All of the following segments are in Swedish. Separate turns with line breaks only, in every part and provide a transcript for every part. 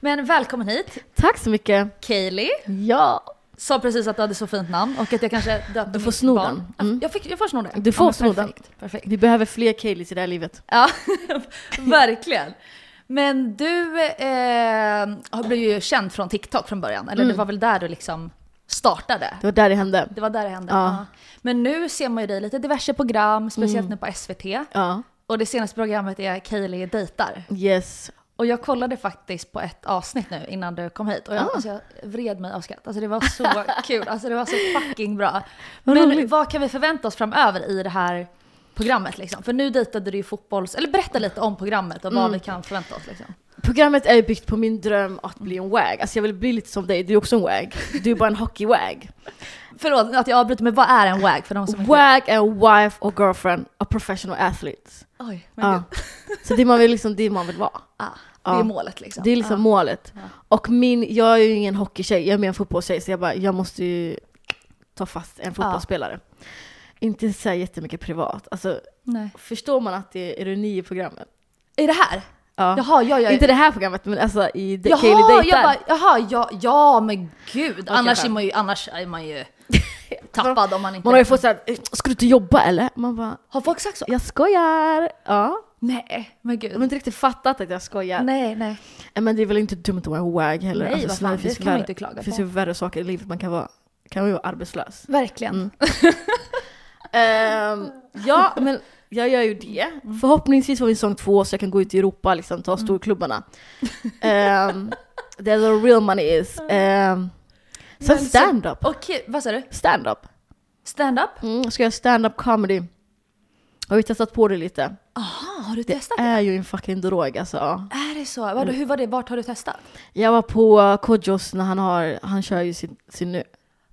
Men välkommen hit,
Tack så mycket.
Kaylee.
Ja.
Sa precis att du hade så fint namn och att jag kanske döpte
Du får
mitt
sno
barn. Alltså,
den. Mm.
Jag, fick, jag får sno den.
Du får
men
sno den.
perfekt, Perfekt.
Vi behöver fler Kayleys i det här livet.
Ja, verkligen. Men du eh, har blivit ju känd från TikTok från början, eller
Mm.
det var väl där du liksom startade?
Det var där det hände.
Det var där det hände.
Ja.
ja. Men nu ser man ju dig i lite diverse program, speciellt
Mm.
nu på SVT.
Ja.
Och det senaste programmet är Kaylee dejtar.
Yes.
Och jag kollade faktiskt på ett avsnitt nu innan du kom hit och
Ah.
jag, alltså, jag vred mig av skratt. Alltså det var så kul, alltså det var så fucking bra.
Vad
Men
roligt.
vad kan vi förvänta oss framöver i det här programmet liksom? För nu dejtade du ju fotbolls... Eller berätta lite om programmet och vad
Mm.
vi kan förvänta oss liksom.
Programmet är ju byggt på min dröm att bli en wag. Alltså jag vill bli lite som dig, du är också en wag. Du är bara en hockey-wag.
Förlåt att jag avbryter men vad är en WAG för de som inte...
Wag är wife och girlfriend, a professional athlete.
Oj, men
Ja.
gud.
Så det man vill liksom, det man vill vara.
Ah, det
Ja.
är målet liksom.
Det är liksom
Ah.
målet. Och min, jag är ju ingen hockeytjej, jag är mer en fotbollstjej så jag bara, jag måste ju ta fast en fotbollsspelare. Inte så här jättemycket privat. Alltså,
Nej.
förstår man att det är ironi i programmet?
Är det här?
Ja.
Jaha, ja, ja.
Ah. Inte det här programmet, men alltså i de-
Jaha,
Kaeli
jag bara,
dejtar.
jaha, ja, ja men gud. annars, är
skönt.
man ju, annars är man ju tappad om man inte...
Man har ju fått såhär, ska du inte jobba eller? Man bara,
Har folk sagt så?
jag skojar! Ja.
Nej, men gud.
De har inte riktigt fattat att jag skojar.
Nej, nej.
Nej. Men det är väl inte dumt att vara en wag heller.
Nej, vad fan,
snälla,
alltså, det
finns
kan man
värre-
inte klaga
Det finns
på.
ju värre saker i livet man kan vara. Kan man ju vara arbetslös.
Verkligen.
Ehm, ja, men jag gör ju det. Mm. Förhoppningsvis får vi säsong två så jag kan gå ut i Europa liksom,
Mm.
ta storklubbarna. Um, that's where real money is. Um, sen
så-
stand-up.
Okej, vad sa du?
Stand-up.
Stand-up?
Mm, ska jag stand-up comedy. Har vi testat på det lite.
Aha, har du testat
Det
det? Mm.
är ju en fucking drog alltså.
Är det så? Vadå, hur var det? Vart har du testat?
Jag var på Kodjos när han har, han kör ju sin, sin nu.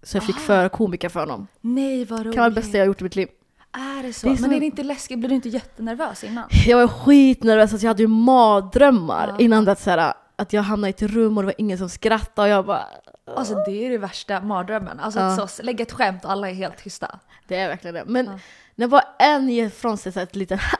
Så jag fick för komiker för honom.
Nej, vad roligt.
Kan vara det bästa jag har gjort i mitt liv.
Är det så?
Det är
Men
som-
är det inte läskigt? Blir du inte jättenervös innan?
Jag var skitnervös, alltså jag hade ju mardrömmar innan det så här, att jag hamnade i ett rum och det var ingen som skrattade och jag bara...
Alltså det är det värsta mardrömmen. Alltså att så, lägga ett skämt och alla är helt tysta.
Det är verkligen det. Men när bara en ger ifrån sig så här ett litet ha,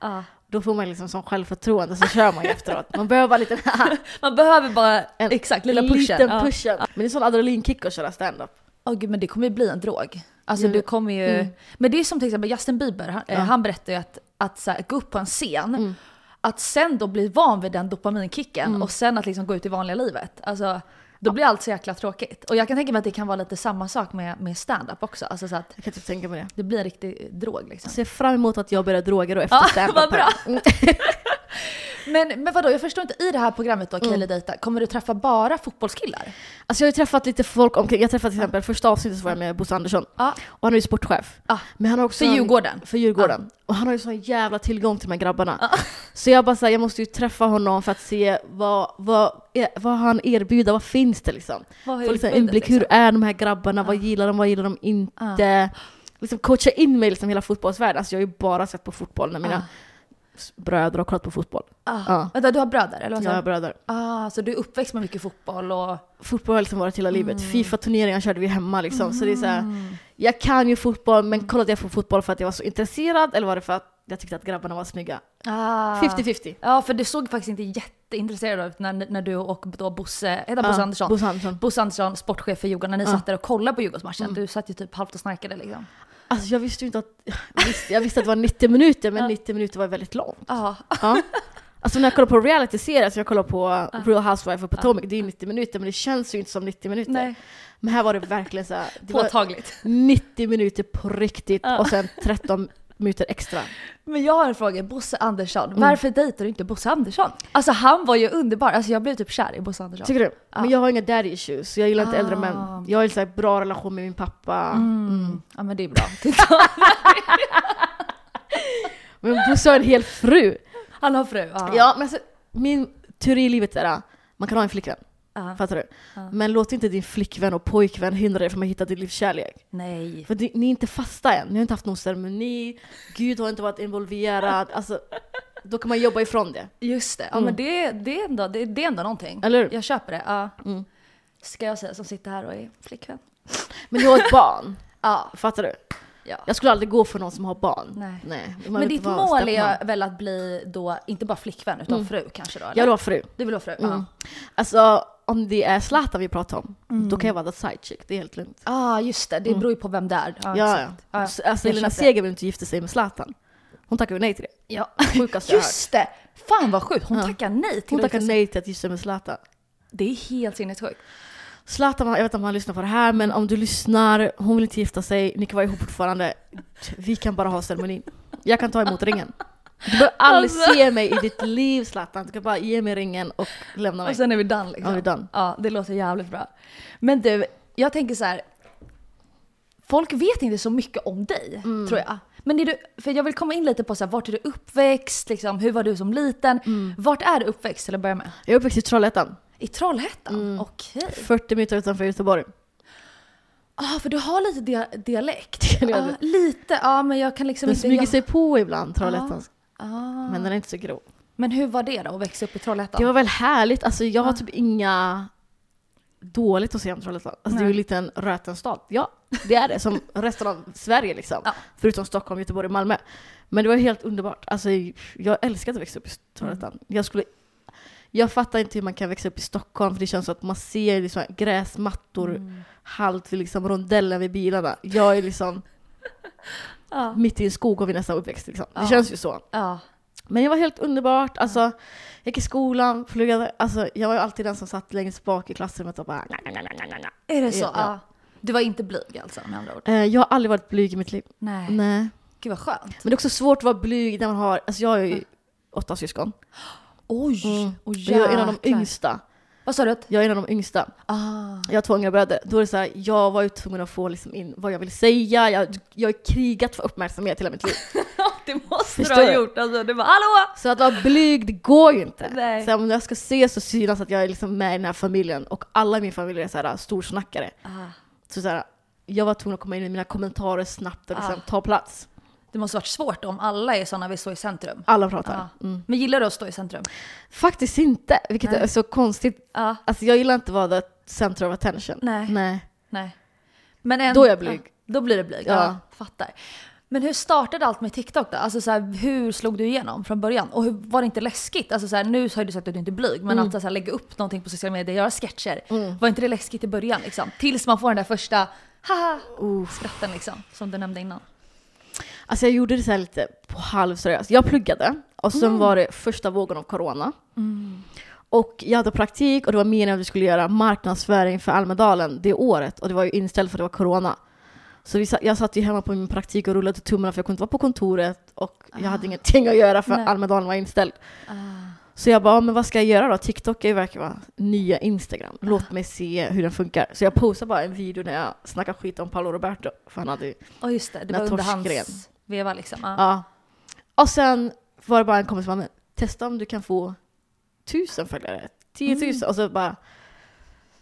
Ja.
då får man liksom som självförtroende så kör man ju efteråt. Man behöver bara en liten ha.
Man behöver bara,
En
exakt, lilla pushen.
Liten
Ja.
pushen. Men det är sån adrenalinkick att köra standup.
Åh gud, men det kommer ju bli en drog. Alltså
Mm.
du kommer ju... Men det är som till exempel Justin Bieber, han, eh, han berättar ju att, att så här, gå upp på en scen,
Mm.
att sen då bli van vid den dopaminkicken och sen att liksom gå ut i vanliga livet. Alltså, då blir allt så jäkla tråkigt. Och jag kan tänka mig att det kan vara lite samma sak med, med stand-up också. Alltså så att
Jag kan typ tänka på det.
det blir en riktig drog liksom.
Alltså, Jag ser fram emot att jag börjar droger då efter
Ja,
standup.
vad bra.
här. Mm.
Men, men vadå, jag förstår inte, i det här programmet då, Kaeli
Mm.
Dejta, kommer du träffa bara fotbollskillar?
Alltså jag har ju träffat lite folk omkring. Jag träffade till exempel första avsnittet så var jag med Bosse Andersson.
Ja.
Och han är ju sportchef.
Ja.
Men han har också
För Djurgården?
För Djurgården. Och han har ju sån jävla tillgång till de här grabbarna. Så jag bara såhär, jag måste ju träffa honom för att se vad, vad, är- vad han erbjuder, vad finns det liksom?
Vad
Få lite
erbjuder,
inblick, hur
liksom?
är de här grabbarna, vad gillar de, vad gillar de inte? Liksom coacha in mig liksom i hela fotbollsvärlden. Alltså jag har ju bara sett på fotboll när mina s- bröder har kollat på fotboll.
Ah.
Ja.
Vänta, du har bröder? Eller vad
Jag
sa
har
du?
bröder.
Ah, så du är uppväxt med mycket fotboll och...
fotboll har liksom varit hela livet.
Mm.
Fifa-turneringar körde vi hemma liksom. Så det är så här, jag kan ju fotboll
Mm.
men kollade jag på fotboll för att jag var så intresserad eller var det för att jag tyckte att grabbarna var snygga?
Ah.
50-50.
Ja, för du såg faktiskt inte jätteintresserad ut när, när du och då Bosse, heter han Bosse
Ja,
Andersson?
Bosse Andersson.
Bosse Andersson, sportchef för Djurgården, när ni satt där och kollade på Djurgårdsmatchen. Du satt ju typ halvt och snarkade liksom.
Alltså jag visste ju inte att, jag visste, jag visste att det var 90 minuter men 90 minuter var väldigt långt.
Ja,
Ja. Alltså när jag kollar på reality-serier, alltså jag kollar på Real Housewives och Potomac, det är ju 90 minuter men det känns ju inte som 90 minuter.
ah, Nej.
Men här var det verkligen så här, det var
påtagligt.
90 minuter på riktigt och sen 13 minuter extra.
Men jag har en fråga, Bosse Andersson, varför dejtar du inte Bosse Andersson? Alltså han var ju underbar, alltså jag blev typ kär i Bosse Andersson.
Tycker du? Men jag har inga daddy issues, så jag gillar inte äldre män. Jag har en så här bra relation med min pappa.
Mm. Ja men det är bra.
Men Bosse har en hel fru.
Han har fru. Ja.
Ja, men alltså, min teori i livet är att man kan ha en flickvän.
Ja.
Fattar du? Men låt inte din flickvän och pojkvän hindra dig från att hitta din livskärlek.
Nej.
För det- ni är inte fasta än, ni har inte haft någon ceremoni, Gud har inte varit involverad. Alltså, då kan man jobba ifrån det.
Just det, ja men det, det, är ändå, det, Mm. det är ändå någonting.
Eller hur? Mm.
Jag köper det. Ja. Ska jag säga som sitter här och är flickvän.
Men du har ett barn.
Ja,
Fattar du?
Ja.
Jag skulle aldrig gå för någon som har barn.
Nej.
man vill
Men
inte
ditt
vara
mål
stepmom.
är väl att bli då, inte bara flickvän utan fru kanske då? Eller?
Jag vill vara fru.
Du vill vara fru? Ja.
Mm. Alltså om det är Zlatan vi pratar om, då kan jag vara the side chick, det är helt lugnt.
Ah just det, det beror ju på vem det är. Ja,
Mm. Ja,
exakt.
ja.
ja.
S- Alltså
Jag
Elina
köper.
Seger vill inte gifta sig med Zlatan. Hon tackar ju nej till det.
ja.
Sjukaste jag hört.
Just det! Fan vad sjukt, hon tackar nej till
Hon tackar
att-
nej till att gifta sig med Zlatan.
Det är helt sinnessjukt.
Zlatan, jag vet inte om han lyssnar på det här, men om du lyssnar, hon vill inte gifta sig, ni kan vara ihop fortfarande. Vi kan bara ha ceremonin. Jag kan ta emot ringen. Du behöver aldrig
Alltså.
se mig i ditt liv Zlatan, du kan bara ge mig ringen och lämna mig.
Och sen är vi done liksom.
Ja, vi är done.
Ja, det låter jävligt bra. Men du, jag tänker så här. Folk vet inte så mycket om dig,
Mm.
tror jag. Men är du, för jag vill komma in lite på så här, vart är du uppväxt, liksom, hur var du som liten? Vart är du uppväxt till att börja med?
Jag är uppväxt i Trollhättan,
I Trollhättan?
Mm.
Okej.
40 minuter utanför Göteborg.
Ah, för du har lite dia- dialekt.
Kan jag
Ah,
det?
lite, ja ah, men jag kan liksom
Den
inte...
smyger
jag,
sig på ibland, Trollhättan.
ah.
Men den är inte så grov.
Men hur var det då att växa upp i Trollhättan?
Det var väl härligt, alltså jag har typ inga dåligt att säga om Trollhättan. Alltså det är ju en liten röten stad. Ja, det är det. Som resten av Sverige liksom.
Ja.
Förutom Stockholm, Göteborg och Malmö. Men det var helt underbart. Alltså jag älskar att växa upp i Trollhättan.
Mm.
Jag skulle... Jag fattar inte hur man kan växa upp i Stockholm för det känns som att man ser liksom gräsmattor
Mm.
halt vid liksom rondellen vid bilarna. Jag är liksom
Ja.
mitt i en skog och vi är nästan uppväxt liksom. Det
Ja.
känns ju så.
Ja.
Men det var helt underbart. Alltså, jag gick i skolan, pluggade. Alltså, jag var ju alltid den som satt längst bak i klassrummet och bara...
Är det så?
Ja.
Ah. Du var inte blyg alltså med andra ord?
Eh, Jag har aldrig varit blyg i mitt liv.
Nej.
Nej.
Gud vad skönt.
Men det är också svårt att vara blyg när man har... Alltså jag är
Mm.
ju åtta syskon.
Oj!
Och
Och
jag är en av de
Mm. jäklar.
yngsta.
Vad sa du? Att,
Jag är en av de yngsta.
ah,
Jag har två yngre bröder. Då är det så här, jag var ju tvungen att få liksom in vad jag ville säga. Jag, jag har krigat för uppmärksamhet hela mitt liv.
det måste
Förstår du?
gjort alltså. Du bara hallå!
Så att vara blyg, det går ju inte.
Nej.
Så om jag ska se så synas att jag är liksom med i den här familjen och alla i min familj är så här storsnackare.
Ah,
Så, så här, jag var tvungen att komma in i mina kommentarer snabbt och liksom,
Ah.
ta plats.
det måste varit svårt om alla är sådana vi står i centrum.
Alla pratar. Mm.
Ah. Men gillar du att stå i centrum?
Faktiskt inte, vilket är så konstigt.
Ja,
Alltså jag gillar inte att vara the center of attention.
Nej.
Nej.
nej. Men en,
Då är jag blyg.
Ja, då blir du blyg, ja.
Ja.
Fattar. Men hur startade allt med TikTok då? Alltså så här, hur slog du igenom från början? Och hur, var det inte läskigt? Alltså så här, nu har ju du sagt att du inte är blyg, men
Mm.
att så här, lägga upp någonting på sociala medier, göra sketcher. Var inte det läskigt i början liksom? Tills man får den där första haha skratten liksom, som du nämnde innan.
Alltså jag gjorde det så här lite på halvseriöst. Jag pluggade och sen
Mm.
var det första vågen av corona. Mm. Och jag hade praktik och det var meningen att vi skulle göra marknadsföring för Almedalen det året och det var ju inställt för att det var corona. Så vi, sa- jag satt ju hemma på min praktik och rullade tummarna för jag kunde inte vara på kontoret och jag hade ingenting att göra för
Ah. Nej.
Almedalen var inställd.
Ah.
Så jag bara, "Ja, men vad ska jag göra då? TikTok är ju verkligen vara nya Instagram. Låt mig se hur den funkar. Så jag postade bara en video när jag snackar skit om Paolo Roberto. För han hade ju
Ja just det, det
När
var under
torskgren.
hans veva liksom. Ja.
Ja. Och sen var det bara en kompis som bara, "Men testa om du kan få tusen följare, 10 000
Mm.
och så bara...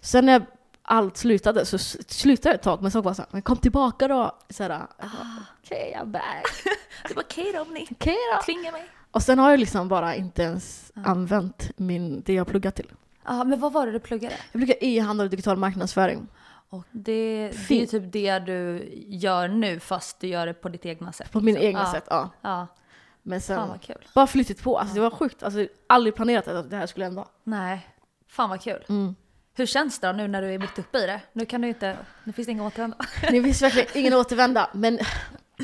Sen när allt slutade så s- slutade det ett tag, men så bara så här, men kom tillbaka då. Så här, "Ah, jag bara, Okej, I'm back.
Det var okej då om ni
Okej då.
tvingar mig.
Och sen har jag liksom bara inte ens använt min, det jag pluggat till.
Ja men vad var det du pluggade?
Jag pluggar e-handel och digital marknadsföring.
Och det, det är ju typ det du gör nu fast du gör det på ditt egna sätt.
På min
liksom.
egna
ja.
sätt, ja.
Ja,
Men
fan
sen
vad kul.
bara flyttat på. Alltså det var sjukt. Alltså aldrig planerat att det här skulle hända.
Nej, fan vad kul. Hur känns det då nu när du är mitt uppe i det? Nu kan du ju inte, nu finns det ingen återvändo.
Det finns verkligen ingen återvända, men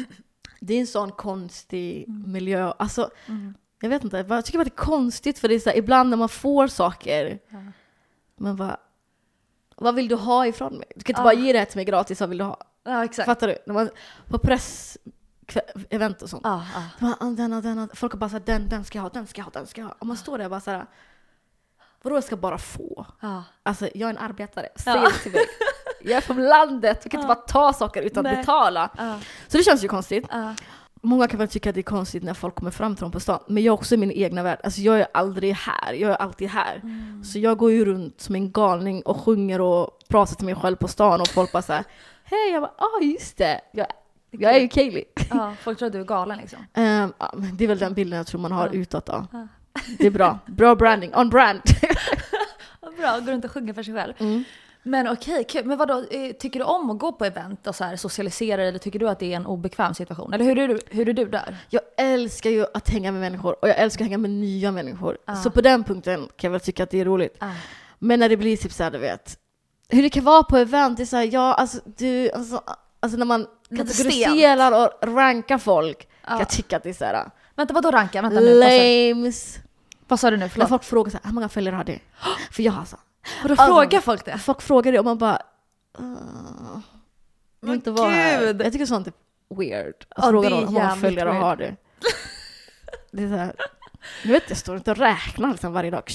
det är en sån konstig
Mm.
miljö. Alltså, Jag vet inte, jag tycker bara det är konstigt för det är så här, ibland när man får saker, man bara, vad vill du ha ifrån mig? Du kan inte
Ja.
bara ge det här till mig gratis, vad vill du ha?
Ja Ah. exakt.
Fattar du? När man, på pressevent och sånt.
Ja, ja.
Man, ah, den, och den, och- folk har bara såhär, den, den ska jag ha, den ska jag ha, den ska jag ha.
Ah.
Och man står där och bara såhär, vadå jag ska bara få?
ja.
Alltså jag är en arbetare, säg
Ja.
det till mig. Jag är från landet, du kan inte bara ta saker utan att
Nej.
betala.
Ja.
Så det känns ju konstigt.
Ja.
Många kan väl tycka att det är konstigt när folk kommer fram till dem på stan, men jag är också i min egna värld. Alltså jag är aldrig här, jag är alltid här.
Mm.
Så jag går ju runt som en galning och sjunger och pratar till mig själv på stan och folk bara såhär, hej, jag bara, ah just det, jag, jag är ju Kaeli.
ja, folk tror att du är galen liksom.
Ehm, ja, men det är väl den bilden jag tror man har
Ja.
utåt då.
Ja.
Det är bra, bra branding, on brand.
Vad Bra, går runt och sjunger för sig själv. Men okej, kul. men vadå, eh, tycker du om att gå på event och så här socialisera dig, eller tycker du att det är en obekväm situation? Eller hur är du, hur är du där?
Jag älskar ju att hänga med människor och jag älskar att hänga med nya människor. Så på den punkten kan jag väl tycka att det är roligt.
Ah.
Men när det blir typ såhär, du vet, hur det kan vara på event, det är såhär, ja alltså du, alltså, alltså när man
Lite stelt.
kategoriserar och rankar folk kan
Ja.
jag tycka att det är såhär
Vänta vadå ranka? Vänta nu. alltså. vad sa-
lames.
Vad sa du nu?
När
Förlåt.
folk frågar såhär, hur många följare har du? För jag har så.
Vadå
Alltså,
frågar folk det?
Folk frågar det och man bara, uh, jag vill
Men
inte vara här.
gud.
Jag tycker sånt är weird. Att
Ja,
fråga
det är
någon hur många
jävligt
följare
weird.
har du? Det är såhär, du vet jag står inte och räknar liksom varje dag.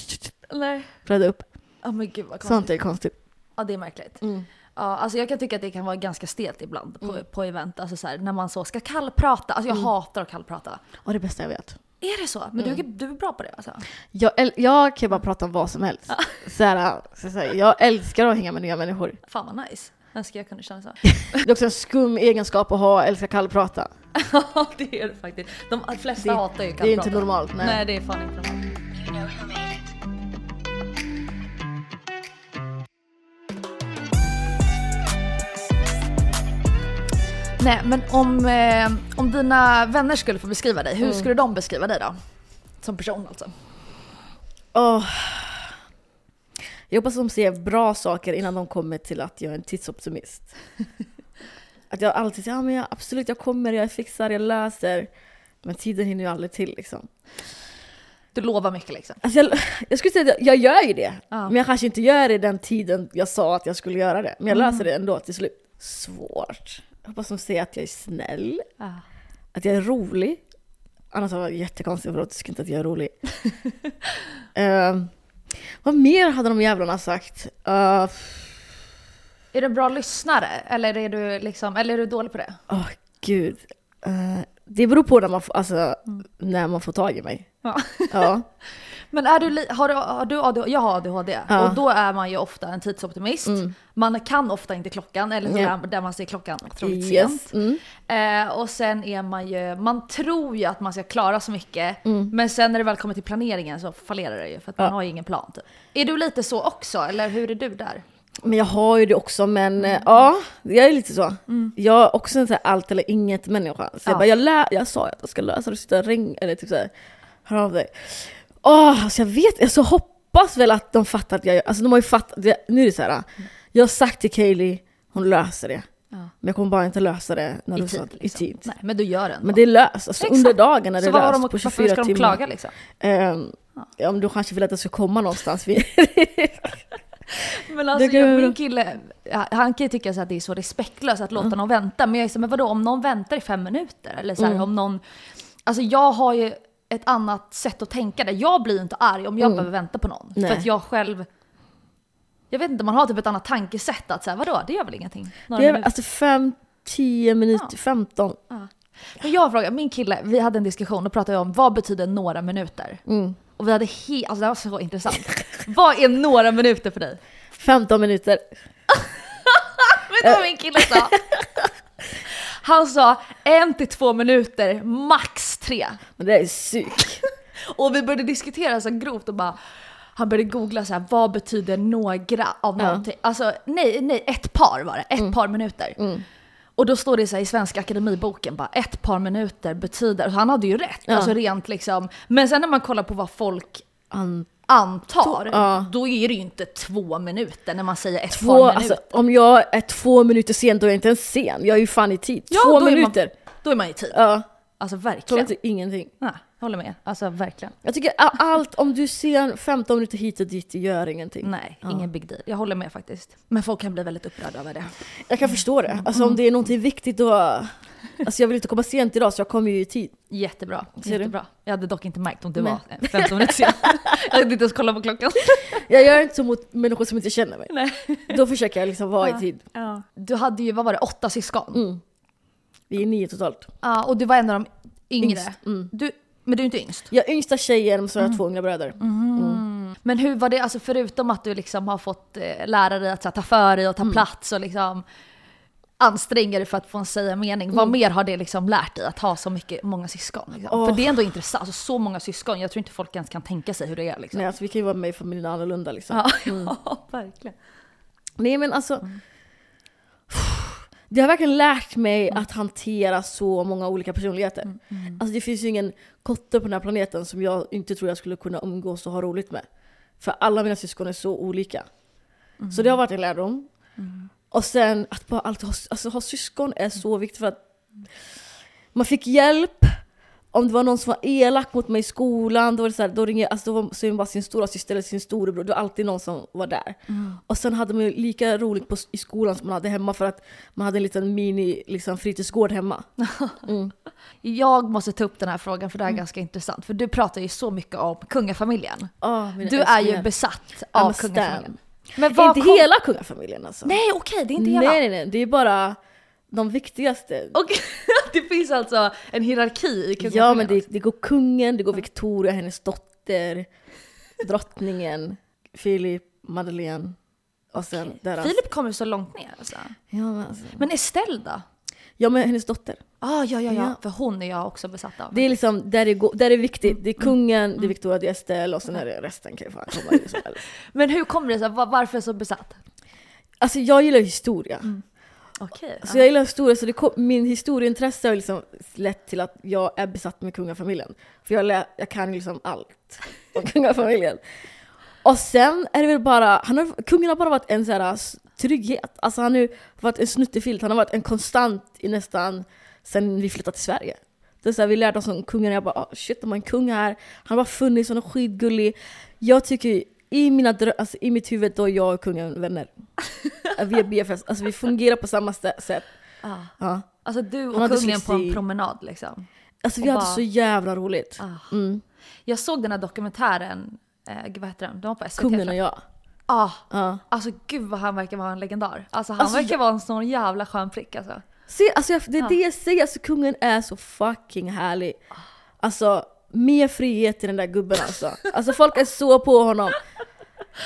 Nej.
Flöda upp.
Ja men gud vad konstigt.
Sånt är konstigt.
Ja det är märkligt.
Mm.
Ja, alltså jag kan tycka att det kan vara ganska stelt ibland på, på event, alltså så här, när man så ska kallprata. Alltså jag hatar att kallprata.
Och det bästa jag vet.
Är det så? Men du, är- du är bra på det alltså?
Jag, äl- jag kan ju bara prata om vad som helst. Såhär, så såhär, jag älskar att hänga med nya människor.
Fan vad nice. Önskar jag kunde känna så.
Det är också en skum egenskap att ha, älska kallprata.
Ja det är det faktiskt. De flesta
Det-
hatar ju
Det är inte
kallprata.
normalt. Nej.
Nej det är fan inte normalt. Nej men om, eh, om dina vänner skulle få beskriva dig, hur skulle de beskriva dig då? Som person alltså.
Åh. Jag hoppas de ser bra saker innan de kommer till att jag är en tidsoptimist. att jag alltid säger ja, men jag, absolut jag kommer, jag fixar, jag löser. Men tiden hinner ju aldrig till liksom.
Du lovar mycket liksom.
Alltså jag, jag skulle säga att jag, jag gör ju det.
Ja.
Men jag kanske inte gör det i den tiden jag sa att jag skulle göra det. Men jag löser det ändå till slut. Svårt. Jag hoppas de ser att jag är snäll.
Ah.
Att jag är rolig. Annars hade det varit jättekonstigt för de tycker inte att jag är rolig. Ehm, vad mer hade de jävlarna sagt? Eh,
Är du en bra lyssnare eller är du, liksom, eller är du dålig på det?
Åh gud. Eh, det beror på när man, får- alltså, när man får tag i mig.
Ja.
Ja.
Men är du, li- har du, har du ADHD? Jag har ADHD
Ja. Mm.
och då är man ju ofta en tidsoptimist. Man kan ofta inte klockan eller så
Ja.
där, där man ser klockan otroligt sent.
yes. Mm.
Eh, och sen är man ju, man tror ju att man ska klara så mycket
Mm.
men sen när det väl kommer till planeringen så fallerar det ju för att man har ju ingen plan. Typ. Är du lite så också eller hur är du där?
Men jag har ju det också men
Mm.
eh, ja, jag är lite så. Jag är också en sån här allt eller inget människa. Så
Ja.
jag bara, jag, lä- jag sa ju att jag ska lösa det, sitta och ring eller typ såhär, hör av dig. Åh, alltså jag vet, alltså jag hoppas väl att de fattar att jag, alltså de har ju fattat, det, nu är det
Mm.
såhär, jag har sagt till Kaylee, hon löser det. Men jag kommer bara inte lösa det när du sa att-
liksom.
i tid.
Nej men du gör det ändå.
Men det är löst, alltså
Exakt.
under dagen är det
så vad har de,
löst
att-
på
varför
24
ska de
timmar.
klaga liksom?
Ehm, ja, men du kanske vill att jag ska komma någonstans.
Men alltså,
Det kan
jag,
jag-
min kille, ja, han kan ju tycka så att det är så respektlöst att
Mm.
låta någon vänta. Men jag är så, men vadå om någon väntar i fem minuter? Eller så här,
Mm.
om någon... Alltså jag har ju ett annat sätt att tänka där. Jag blir ju inte arg om jag behöver vänta på någon.
Mm. Nej.
För att jag själv... Jag vet inte, man har typ ett annat tankesätt att säga vadå, det gör väl ingenting. Några
det är,
minuter.
alltså 5, 10 minuter,
Ja.
15. alltså-
Men jag frågar, min kille, vi hade en diskussion och pratade om vad betyder några minuter?
Mm.
Och vi hade helt, alltså det här var så intressant. vad är några minuter för dig?
15 minuter.
Vet du vad min kille sa? Han sa en till två minuter, max tre.
Men det är psyk.
Och vi började diskutera så grovt och bara han började googla så här, vad betyder några av någonting? Alltså nej, nej, ett par var det. Ett par minuter. Och då står det så här i Svenska Akademiboken bara ett par minuter betyder, så han hade ju rätt. Alltså rent liksom. Men sen när man kollar på vad folk
An-
antar,
ja.
då är det ju inte två minuter när man säger ett par
Två,
minuter.
alltså, om jag är två minuter sen, då är jag inte ens sen. Jag är ju fan i tid.
Ja,
två
då är man-
minuter.
Då är man i tid.
Ja,
Alltså
två
verkligen.
minuter är ingenting.
Nej, håller med. Alltså verkligen.
Jag tycker a- allt, om du ser 15 minuter hit och dit, det gör ingenting.
Nej, ingen big deal. Jag håller med faktiskt. Men folk kan bli väldigt upprörda över det.
Jag kan förstå det. Alltså om det är någonting viktigt då... Alltså jag vill inte komma sent idag så jag kommer ju i tid.
Jättebra.
du?
jättebra. Jag hade dock inte märkt om du
Nej.
var eh, 15 minuter sen. Jag hade inte ens kollat på klockan.
Jag gör inte så mot människor som inte känner mig.
Nej.
Då försöker jag liksom vara i tid. Mm.
Du hade ju, vad var det, åtta syskon?
Vi är nio totalt.
Ja, och du var en av de yngre.
Yngst, mm.
Du, men du är inte yngst.
Jag är yngsta tjejen så har jag
Mm.
två yngre bröder. Mm.
Men hur var det, alltså förutom att du liksom har fått eh, lära dig att så här, ta för dig och ta
Mm.
plats och liksom anstränga dig för att få en säga mening. Vad
Mm.
mer har det liksom lärt dig att ha så mycket, många syskon? Liksom? För
Åh.
det är ändå intressant, alltså, så många syskon. Jag tror inte folk ens kan tänka sig hur det är. Liksom.
Nej, alltså vi kan ju vara med i familjen annorlunda liksom.
Ja, ja, verkligen.
Nej men alltså, det har verkligen lärt mig att hantera så många olika personligheter. Alltså det finns ju ingen kotte på den här planeten som jag inte tror jag skulle kunna umgås och ha roligt med. För alla mina syskon är så olika. Så det har varit en lärdom. Och sen att bara alltid ha, alltså, ha syskon är så viktigt för att man fick hjälp. Om det var någon som var elak mot mig i skolan, då var det så här, då ringer, alltså, då var, så är man bara sin stora syster eller sin storebror. Det var alltid någon som var där. Och sen hade man ju lika roligt på, i skolan som man hade hemma för att man hade en liten mini liksom, fritidsgård hemma. Mm.
Jag måste ta upp den här frågan för det här är ganska intressant. För du pratar ju så mycket om kungafamiljen.
Åh, Ah, mina
Du är ju
älsklingar.
besatt
I'm
av
a stan.
kungafamiljen. Men
Det är
vad
inte
kom...
hela kungafamiljen alltså.
Nej okej, det är inte hela.
nej, nej, nej. Det är bara de viktigaste.
Och det finns alltså en hierarki i kungafamiljen.
Ja men det, det går kungen, det går Victoria, hennes dotter, drottningen, Filip, Madeleine och sen deras...
Filip kommer så långt ner alltså.
Ja, men alltså.
Men Estelle då?
ja men hennes dotter.
Ah, ja, ja, ja,
Ja.
För hon är jag också besatt av.
Det är liksom där det, går, där det är viktigt.
Mm.
Det är kungen, det är Victoria, det är Estelle och sen är det resten kan ju fan komma hur som helst.
Men hur kommer det sig? Va- Varför så besatt?
Alltså jag gillar historia.
Okej. alltså,
Så jag gillar historia, så det kom, min historieintresse har liksom lett till att jag är besatt med kungafamiljen. För jag, lä, jag kan ju liksom allt om kungafamiljen. Och sen är det väl bara, han har, kungen har bara varit en så här s- trygghet. Alltså han har ju varit en snuttefilt, han har varit en konstant i nästan sen vi flyttade till Sverige. Det är så här, vi lärde oss om kungen och jag bara oh, shit, de har en kung här. Han har bara funnits, han är skitgullig. Jag tycker ju- i, mina drö- alltså, i mitt huvud då är jag och kungen vänner. Vi är BFFs, alltså vi fungerar på samma stä- sätt.
Ja. Ah.
Ja.
Alltså du
Han har
och kungen på en
dyslexi.
promenad liksom.
Alltså vi
Och
hade
bara-
så jävla roligt.
Ah.
Mm.
Jag såg den här dokumentären, eh, gud, vad heter den? De var på SVT.
Kungen
tror
och
jag.
jag.
Ah,
Ja.
alltså gud vad han verkar vara en legendar. Alltså han
Alltså,
verkar
jag-
vara en sån jävla skön prick alltså.
Se, alltså jag, det är
Ja.
det jag säger, alltså kungen är så fucking härlig. Alltså mer frihet till den där gubben alltså. Alltså folk är så på honom.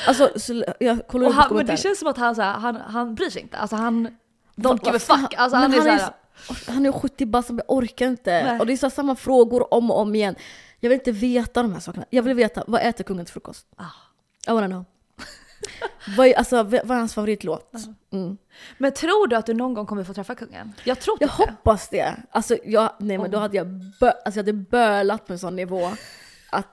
Alltså så, jag kollar
Och han, men
upp
det
dokumentären.
känns som att han, så här, han, han bryr sig inte. Alltså han
Vad-
don't give a
vad
fuck. Alltså,
Men
han, är, så här,
så- Han är 70 bast, han orkar inte.
Nej.
Och det är så här samma frågor om och om igen. Jag vill inte veta de här sakerna. Jag vill veta, vad äter kungen till frukost?
Ah.
I wanna know. vad, är, alltså, vad vad är hans favoritlåt? Mm.
Men tror du att du någon gång kommer få träffa kungen? Jag tror
Jag
typ det.
hoppas det. Alltså, jag, nej men då hade jag, bö, alltså, jag hade bölat på en sån nivå. Att,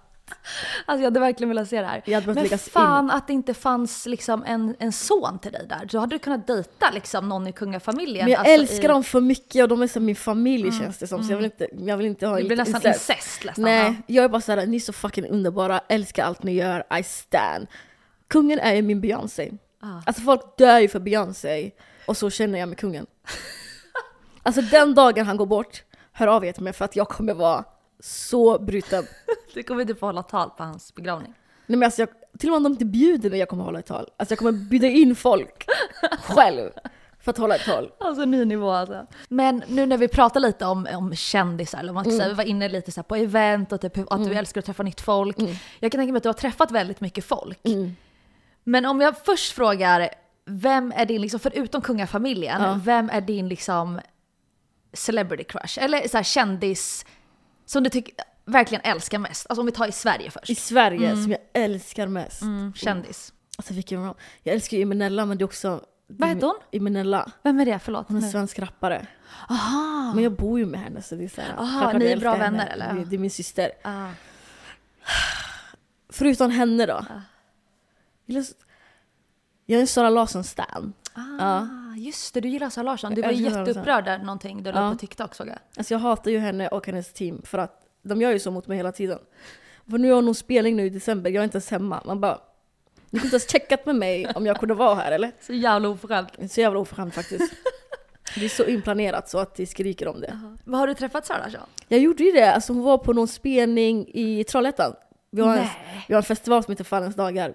Alltså jag hade verkligen velat se det här.
Jag hade behövt
Men
läggas
fan att det inte fanns liksom en, en son till dig där. Då hade du kunnat dejta liksom någon i kungafamiljen.
men jag
alltså
älskar
i, Mm,
dem för mycket och de är som min familj känns det som. Så jag vill inte, jag vill inte ha
Det blir
lite
nästan incest nästan.
Nej, jag är bara såhär, ni är så fucking underbara, älskar allt ni gör, I stan. Kungen är ju min Beyoncé.
Ah.
Alltså folk dör ju för Beyoncé, och så känner jag med kungen. alltså den dagen han går bort, hör av er till mig för att jag kommer vara så bruten.
Du kommer typ få hålla tal på hans begravning.
Nej men alltså jag, till och med om de inte bjuder mig jag kommer hålla ett tal. Alltså jag kommer bjuda in folk själv för att hålla ett tal.
Alltså ny nivå alltså. Men nu när vi pratar lite om, om kändisar, eller vad man ska säga, vi var inne lite så här på event och typ hur- att du älskar att träffa nytt folk. Jag kan tänka mig att du har träffat väldigt mycket folk. Men om jag först frågar, vem är din, liksom, förutom kungafamiljen, vem är din liksom celebrity crush? Eller så här, kändis som du tycker verkligen älskar mest? Alltså om vi tar i Sverige först.
I Sverige, som jag älskar mest.
Mm, kändis.
Alltså vilken bra. Jag älskar ju Imenella men det är också...
Vad heter hon?
Imenella.
Vem är det? Förlåt.
Hon är
nu.
svensk rappare.
Aha!
Men jag bor ju med henne så det är såhär...
Aha,
självklart
ni
jag
är
älskar
bra vänner, eller?
Det, det är min syster.
Ah.
Förutom henne då. Jag är- Jag är en Sara Larsson-stan.
Ah, just det, du gillar Sara Larsson. Du
Jag
var
älskar Sara
jätteupprörd där någonting du la
Ja.
på TikTok såg jag.
Alltså jag hatar ju henne och hennes team för att de gör ju så mot mig hela tiden. För nu har hon spelning nu i december, jag är inte ens hemma. Man bara, ni kunde inte ens checkat med mig om jag kunde vara här eller?
Så jävla oförskämt.
Det är så jävla oförskämt faktiskt. Det är så inplanerat så att det skriker om det.
Vad har du träffat Sara Larsson?
Jag gjorde ju det, alltså hon var på någon spelning i Trollhättan. Vi har, en,
Nej.
vi har en festival som heter Fallens dagar.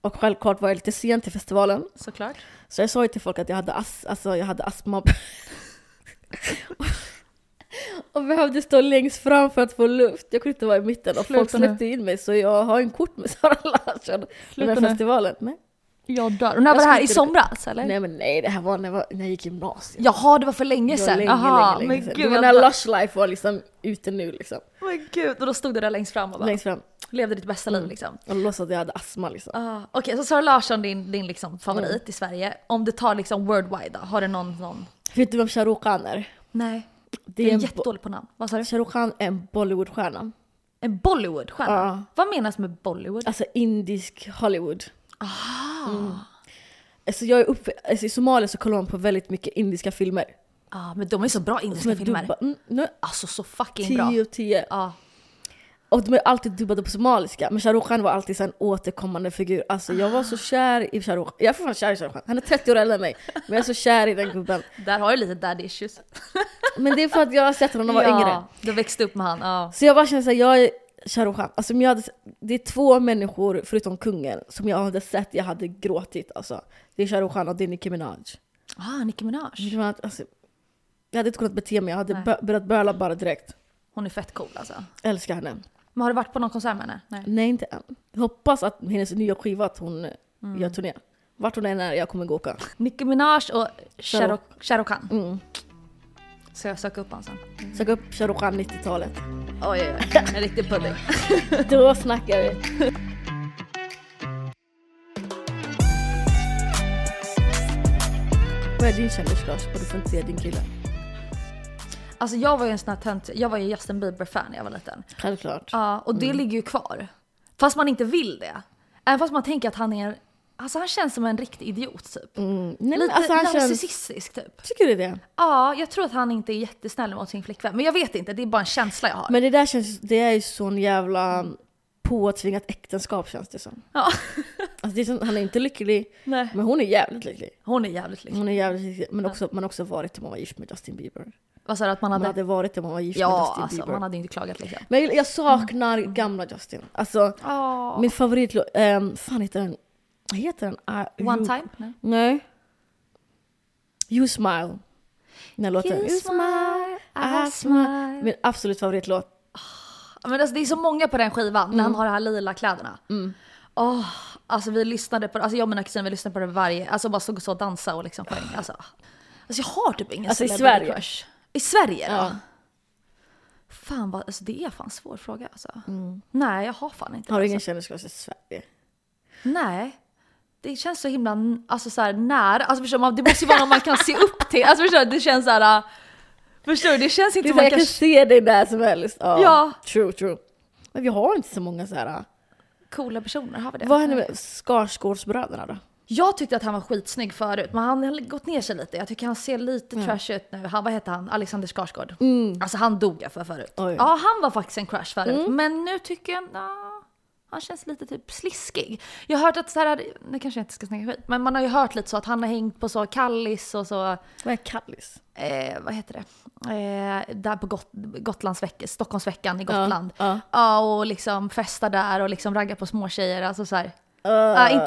Och självklart var jag lite sen till festivalen.
Såklart.
Så jag sa ju till folk att jag hade, as- alltså, jag hade astma. och behövde stå längst fram för att få luft. Jag kunde inte vara i mitten och folk
Sluta nu.
släppte in mig så jag har en kort med Sara Larsson. Den
Sluta
här
nu.
festivalen. Nej.
Jag dör. Och när
Jag
var det här? I
skulle-
somras eller?
nej men nej, det här var när jag, var, när jag gick gymnasiet.
Jaha, det var för länge
Det var
sedan.
länge,
Aha,
länge, länge
men
sedan.
gud.
det var
jag
när
dör.
Lush Life var liksom ute nu liksom.
Men men gud. Och då stod du där längst fram och bara,
Längst Mm. fram.
levde ditt bästa liv liksom.
Jag låtsades att jag hade astma liksom.
Ah, Okej, så Sara Larsson din, din liksom favorit i Sverige. Om du tar liksom worldwide då, har du någon? någon?
Vet du vem Shahrukh Khan är?
Nej.
Det
Jag är
bo-
jättedålig på namn. Vad sa du?
Shahrukh Khan är en Bollywoodstjärna.
En Bollywoodstjärna?
Ja.
Vad menas med Bollywood?
Alltså indisk Hollywood. Aha. Mm. Alltså jag är uppe, alltså i Somalia så kollar man på väldigt mycket indiska filmer.
ah, men de är så bra
Som
indiska
är
filmer.
dubba, mm, nu,
Alltså så fucking bra.
10 och 10.
Ja.
Och de är alltid dubbade på somaliska. Men Shahrukh Khan var alltid så en återkommande figur. Alltså jag var
Ah.
så kär i Shahrukh. Jag är fortfarande kär i Shahrukh Khan. Han är 30 år äldre än mig. Men jag är så kär i den gubben.
Där har du lite daddy issues.
Men det är för att jag har sett honom när han var yngre.
Du växte upp med han. Ja.
Så jag bara känner såhär, jag är Shahrukh Khan. Alltså, om jag hade, det är två människor, förutom kungen, som jag hade sett, jag hade gråtit alltså. Det är Shahrukh Khan och det är Nicki Minaj.
Ah, Nicki Minaj.
Nicki Minaj, Alltså, jag hade inte kunnat bete mig, jag hade
Nej.
bö- börjat böla bara direkt.
Hon är fett cool alltså.
Älskar henne.
Men har du varit på någon konsert med henne? Nej.
Nej, inte än. Jag hoppas att hennes nya skiva, att hon mm. gör turné. Vart hon än är, jag kommer gå och åka.
Nicki Minaj och Sharo-
Shahrukh.
Shahrukh Khan.
Mm.
Så jag söker upp honom sen.
Sök upp Shahrukh Khan 90-talet.
Oj, oj, oj. En riktig pudding.
Då snackar vi. Vad är din kändiscrush? Och du får inte säga din kille.
Alltså jag var ju en sån här tönt. Jag var ju Justin Bieber-fan när jag var liten.
Självklart.
Ja, och
Mm.
det ligger ju kvar. Fast man inte vill det. Även fast man tänker att han är en... Alltså han känns som en riktig idiot typ.
Mm. Nej, men
Lite
alltså han känns...
narcissistisk typ.
Tycker du det?
Ja, jag tror att han inte är jättesnäll mot sin flickvän. Men jag vet inte, det är bara en känsla jag har.
Men det där känns, det är ju sån jävla påtvingat äktenskap känns det som.
Ja.
Alltså det är som, han är inte lycklig,
Nej.
men hon är jävligt lycklig.
Hon är jävligt lycklig.
Hon är jävligt lycklig, men också, man har också varit till man var gift med Justin Bieber.
Mm. Vad sa du att man
Man
hade?
hade varit till man var gift med
ja,
Justin
alltså
Bieber.
man hade ju inte klagat liksom.
Men jag, jag saknar gamla Justin. Alltså,
Ja.
Min favoritlåt, um, fan heter den? Vad heter den? I-
One
you-
time? Nej.
Nej. You smile. Den här låten.
You smile, I smile.
Min absolut favoritlåt.
Men alltså, det är så många på den skivan när
Mm.
han har de här lila kläderna. Åh, alltså vi lyssnade på alltså jag och mina kusiner vi lyssnade på det varje, alltså bara såg och så och dansade och liksom sjöng. Alltså. alltså jag har typ ingen
Alltså, i
celebrity
Sverige.
crush. I Sverige då?
Ja.
Fan vad, alltså det är fan en svår fråga alltså. Nej jag har fan inte
Mm. Har du
det,
ingen kändisklass i Sverige?
alltså. Nej. Det känns så himla alltså så här, nära, alltså förstår man, det måste ju vara någon man kan se upp till. Alltså förstår du, det känns såhär, förstår du, det känns
Det
inte
är
som
så här,
man
jag
kan...
kan se dig där som helst. Ja.
Ja.
True, true. Men vi har inte så många så här. ah.
Coola personer, har vi det?
Vad hände med Skarsgårdsbröderna då?
Jag tyckte att han var skitsnygg förut, men han har gått ner sig lite. Jag tycker han ser lite trash ut nu. Han, vad heter han? Alexander Skarsgård. Alltså han dog jag för förut.
Oj.
Ja, han var faktiskt en crush förut. Men nu tycker jag... nja, han känns lite typ sliskig. Jag har hört att så här... Nu kanske jag inte ska snacka skit, men man har ju hört lite så att han har hängt på så Kallis och så...
Vad är Kallis?
Eh, vad heter det? Eh, där på Got Gotlandsveckan, Stockholmsveckan i Gotland. Ja,
ja.
och liksom festa där och liksom ragga på småtjejer. Alltså så här...
Uh,
ja, inte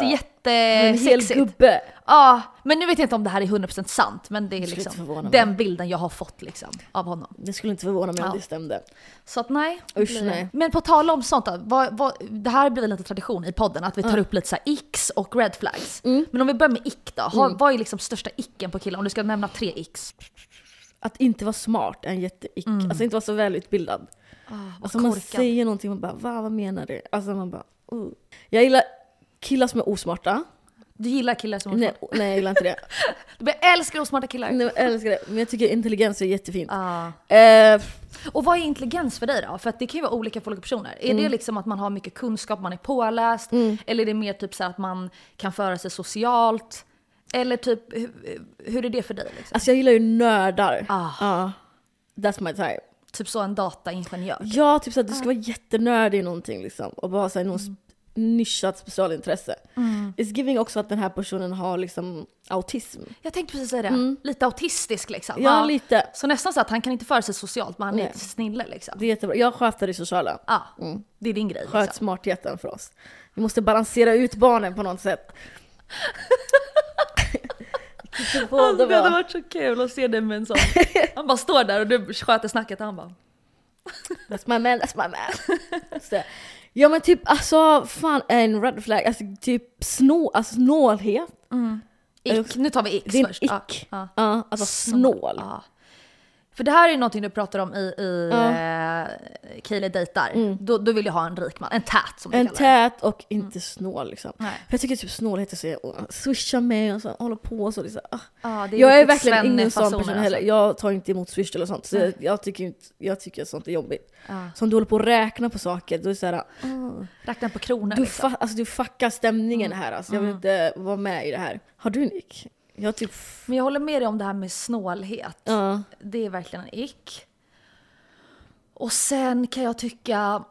en hel
jättesexigt.
gubbe.
Ja, men nu vet jag inte om det här är 100% sant, men det är
skulle inte förvåna
liksom
mig.
den bilden jag har fått liksom, av honom.
Det skulle inte förvåna mig
Ja.
om det stämde.
Så att nej. det
Usch,
blir-
nej.
Men på tal om sånt då, vad, vad, det här blir väl lite tradition i podden, att vi tar upp lite så här icks och red flags.
Mm.
Men om vi börjar med ick då, har, vad är liksom största icken på killar? Om du ska nämna tre icks.
Att inte vara smart är en jätteick.
Mm.
Alltså inte vara så välutbildad.
Oh,
Alltså man säger någonting man bara Va, vad menar du? Alltså man bara uh. Jag gillar killar som är osmarta.
Du gillar killar som
Nej, o- nej jag gillar inte det.
Du älskar osmarta killar. Ah.
nej, jag älskar det. Men jag tycker intelligens är jättefint.
Ja.
Eh,
Och vad är intelligens för dig då? För att det kan ju vara olika för olika personer. Är det liksom att man har mycket kunskap, man är påläst? Eller är det mer typ så här att man kan föra sig socialt? Eller typ, hur, hur är det för dig? Liksom?
alltså jag gillar ju nördar.
Ah.
Ja. that's my type.
Typ så en dataingenjör.
Ja, typ såhär, du ska vara jättenördig i någonting liksom. Och bara ha såhär, någon sp- nischat specialintresse. It's giving också att den här personen har liksom autism.
Jag tänkte precis säga det. Lite autistisk liksom.
Ja, lite.
Mm. Så nästan så att han kan inte föra sig socialt men han är
Nej.
lite snille liksom.
Det är jättebra. Jag sköter det sociala.
Ja, det är din grej.
Sköt
Liksom.
smartheten för oss. Vi måste balansera ut barnen på något sätt. Vilken podd Alltså, det var.
varit så kul att se dig med en sån. Han bara står där och du sköter snacket och han bara
That's my man, that's my man. Så. Ja men typ alltså fan en red flag, alltså typ snå, alltså snålhet.
Ick, nu tar vi ick
Det är en
först. Ja,
ick.
ja.
Ja, alltså snål.
Ja. För det här är ju någonting du pratar om i, i
Ja.
eh, Kaeli dejtar.
Mm.
Då, då vill jag ha en rik man, en tät som vi
En
kallar det. Mm.
tät och inte snål liksom.
Nej.
För jag tycker typ snålhet är så, åh, swisha mig och så håller på och så. Liksom. ah.
Ja, det
Jag är
riktigt
verkligen ingen sån
svennefasoner,
person heller. Jag tar inte emot swish eller sånt. Så jag, jag, tycker inte, jag tycker att sånt är jobbigt.
alltså. Ja.
Så om du håller på och räknar på saker, då är det såhär, ah,
Räkna på kronor
du,
liksom.
fa- alltså, du fuckar stämningen här alltså. Jag vill
Mm.
inte vara med i det här. Har du en ick? Jag typ...
Men jag håller med dig om det här med snålhet.
Ja.
Det är verkligen en ick. Och sen kan jag tycka,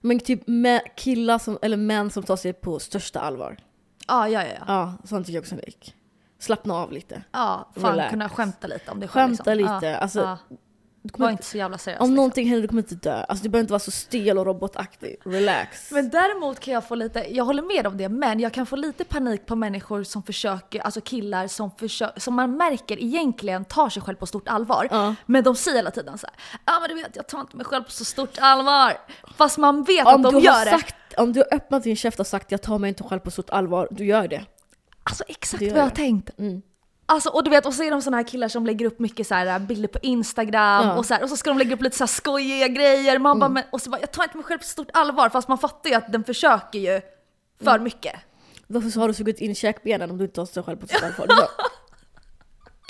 Men typ med killar som, eller män som tar sig på största allvar.
ja ja ja. ja.
Ja, sånt tycker jag också är en ick. Slappna av lite.
Ja, fan
Relax.
kunna skämta lite om det själv. liksom.
Skämta lite.
Ja,
Alltså,
ja.
Du kommer
Var
inte,
inte så jävla seriös.
om
liksom.
någonting händer, du kommer inte dö. Alltså, du behöver inte vara så stel och robotaktig. Relax.
Men däremot kan jag få lite, jag håller med om det, men jag kan få lite panik på människor som försöker, alltså killar som försöker, som man märker egentligen tar sig själv på stort allvar.
Ja.
Men de säger hela tiden så här, ja ah, men du vet jag tar inte mig själv på så stort allvar. Fast man vet
om
att
du,
de
har
gör det.
sagt, om du har öppnat din käft och sagt jag tar mig inte själv på stort allvar, du gör det.
Alltså exakt
Det gör
vad jag har
jag.
tänkt.
Mm.
Alltså, och du vet, och så är de såna här killar som lägger upp mycket så här, äh, bilder på Instagram
Ja. Mm.
och, så här, och så ska de lägga upp lite så här skojiga grejer. Man bara, men, och så bara, jag tar inte mig själv på så stort allvar fast man fattar ju att den försöker ju för
Mm.
mycket.
Varför så har du sugit in käkbenen om du inte tar dig själv på stort allvar? Du bara,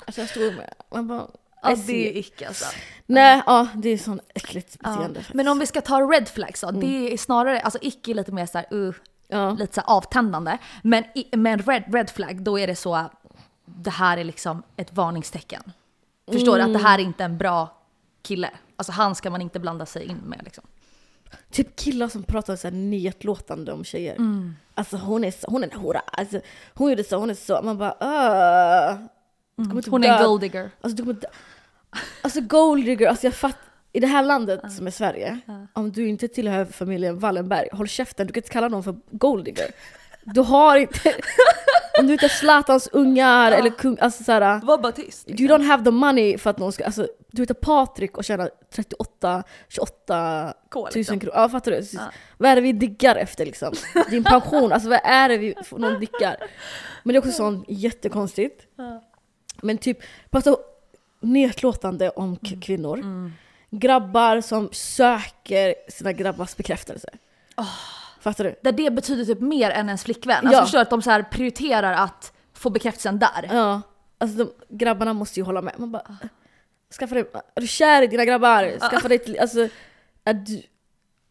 alltså jag stod med. Man bara,
Ja,
jag ser.
det är icke alltså.
Nej, ja det är sånt äckligt
Ja.
beteende faktiskt. Mm.
Men om vi ska ta red flags då, det är snarare, alltså icke är lite mer så här, uh,
ja.
lite så här avtändande. Men, i, men red, red flag, då är det så, det här är liksom ett varningstecken. Förstår du? Att det här
Mm.
är inte en bra kille. Alltså han ska man inte blanda sig in med liksom.
Typ killar som pratar så här nedlåtande om tjejer.
Mm.
Alltså hon är, så, hon är en hora, alltså, hon gjorde så, hon är så. Man bara öh. Du kommer typ
Mm. Hon är en
dö.
gold digger.
Alltså du kommer dö. Alltså golddigger, alltså jag fattar. I det här landet som är Sverige, om du inte tillhör familjen Wallenberg, håll käften, du kan inte kalla någon för golddigger. Du har inte... om du inte är Zlatans ungar eller kung, alltså såhär...
Var bara tyst.
You don't have the money för att någon ska... Alltså, du heter Patrik och tjänar 38, 28
K, liksom.
tusen kronor. Ja fattar du? Vad är det vi diggar efter liksom? Din pension, alltså vad är det vi någon diggar? Men det är också sånt jättekonstigt. Men typ, prata nedlåtande om k-
Mm.
kvinnor. Grabbar som söker sina grabbars bekräftelse. Fattar du?
Där det betyder typ mer än ens flickvän. Alltså
Ja.
förstår du? att de så här prioriterar att få bekräftelsen där.
Ja. Alltså de, grabbarna måste ju hålla med. Man bara,
Ah.
skaffa dig, är du kär i dina grabbar? Skaffa dig till, alltså, är du,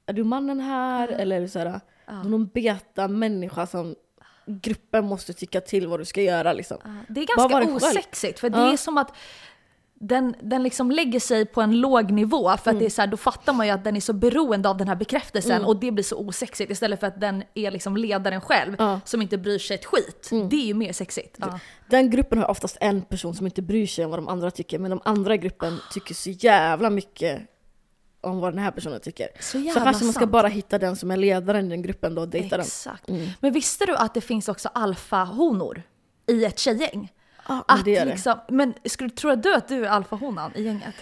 är du mannen här?
Ah.
Eller är du såhär, du är någon beta människa som gruppen måste tycka till vad du ska göra liksom.
Det är
Bara vara
ganska
dig själv.
osexigt för det
Ja.
är som att den, den liksom lägger sig på en låg nivå för att
Mm.
det är så här, då fattar man ju att den är så beroende av den här bekräftelsen och det blir så osexigt istället för att den är liksom ledaren själv
Ja. Mm.
som inte bryr sig ett skit. Det är ju mer sexigt. Ja.
Den gruppen har oftast en person som inte bryr sig om vad de andra tycker men de andra i gruppen
Ah.
tycker så jävla mycket om vad den här personen tycker.
Så
så
jävla
kanske man ska
sant.
bara hitta den som är ledaren i den gruppen då och dejta den. Mm.
Exakt. Men visste du att det finns också alfahonor i ett tjejgäng?
Ja, men
Att
det gör det.
liksom, men skulle, tror du att du är alfahonan i gänget?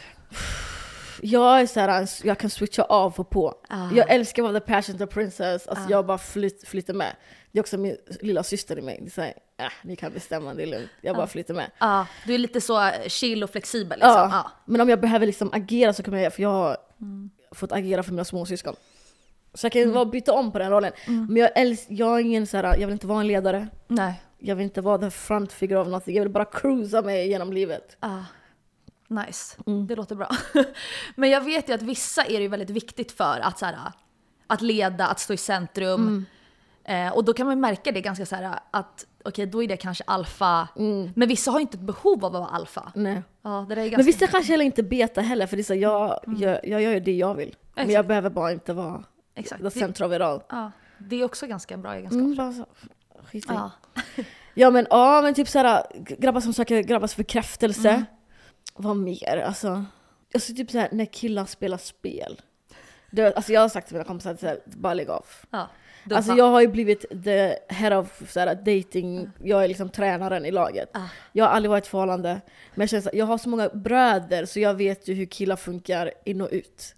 Jag är så här, jag kan switcha av och på. Jag älskar vad The Passion of the Princess, alltså jag bara flyt, flyter med. Det är också min lilla syster i mig. Det är så här, äh, ni kan bestämma, det är lugnt. Jag bara flyter med.
Ja, du är lite så eh, chill och flexibel liksom.
Ja.
Ja.
Men om jag behöver liksom agera så kommer jag för jag har fått agera för mina småsyskon. Så jag kan bara byta om på den rollen. Men jag, älsk, jag, är ingen så här, jag vill inte vara en ledare,
Nej.
jag vill inte vara the front figure av någonting. Jag vill bara cruisa mig genom livet.
Ah, nice,
Mm.
det låter bra. Men jag vet ju att vissa är det ju väldigt viktigt för att, så här, att leda, att stå i
Mm.
centrum. Eh, och då kan man ju märka det ganska så här att okej då är det kanske alfa. Men vissa har ju inte ett behov av att vara alfa.
Nej.
Ja, det där är ganska
Mm. Men vissa kanske heller inte beta heller för det är så, jag, jag, jag gör ju det jag vill. Men jag
Exakt. behöver
behöver bara inte vara
Exakt.
the center of it all.
Ja, det är också ganska bra egenskap.
Mm, bara så, skit i.
Ja.
Ja men ja men typ såhär grabbar som söker grabbars bekräftelse. Vad mer? Alltså, alltså typ såhär när killar spelar spel. Du vet, alltså jag har sagt till mina kompisar att så här, bara lägg av.
Ja,
Alltså jag har ju blivit the head of så här, dating, jag är liksom tränaren i laget.
Ah.
Jag har aldrig varit i ett förhållande, men jag, känner så här, jag har så många bröder så jag vet ju hur killar funkar in och ut.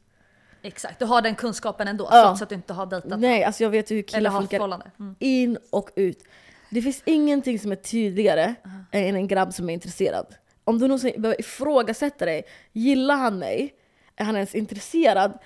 Exakt, du har den kunskapen ändå
Ja.
trots att du inte har dejtat
Nej, alltså jag vet ju hur
eller
killar
har
funkar
förhållande. Mm.
in
Ah.
och ut. Det finns ingenting som är tydligare än en grabb som är intresserad. om du någonsin behöver ifrågasätta dig, gillar han mig? Är han ens intresserad?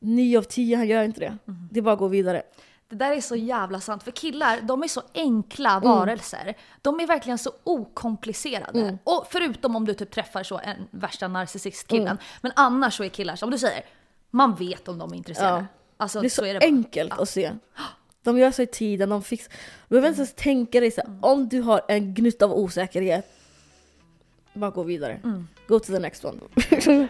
Nio av tio, han gör inte det.
Mm.
Det är bara att gå vidare.
Det där är så
Mm.
jävla sant. För killar, de är så enkla varelser. De är verkligen så okomplicerade.
Mm.
Och förutom om du typ träffar så en värsta narcissistkillen.
Mm.
Men annars så är killar, som du säger, man vet om de är intresserade.
Ja.
Alltså,
det är
så,
så,
är det bara.
enkelt att se. De gör så i tiden, de fixar. Du behöver inte ens tänka dig så
Mm.
här, om du har en gnutta av osäkerhet, bara gå vidare.
Mm.
Go to the next one.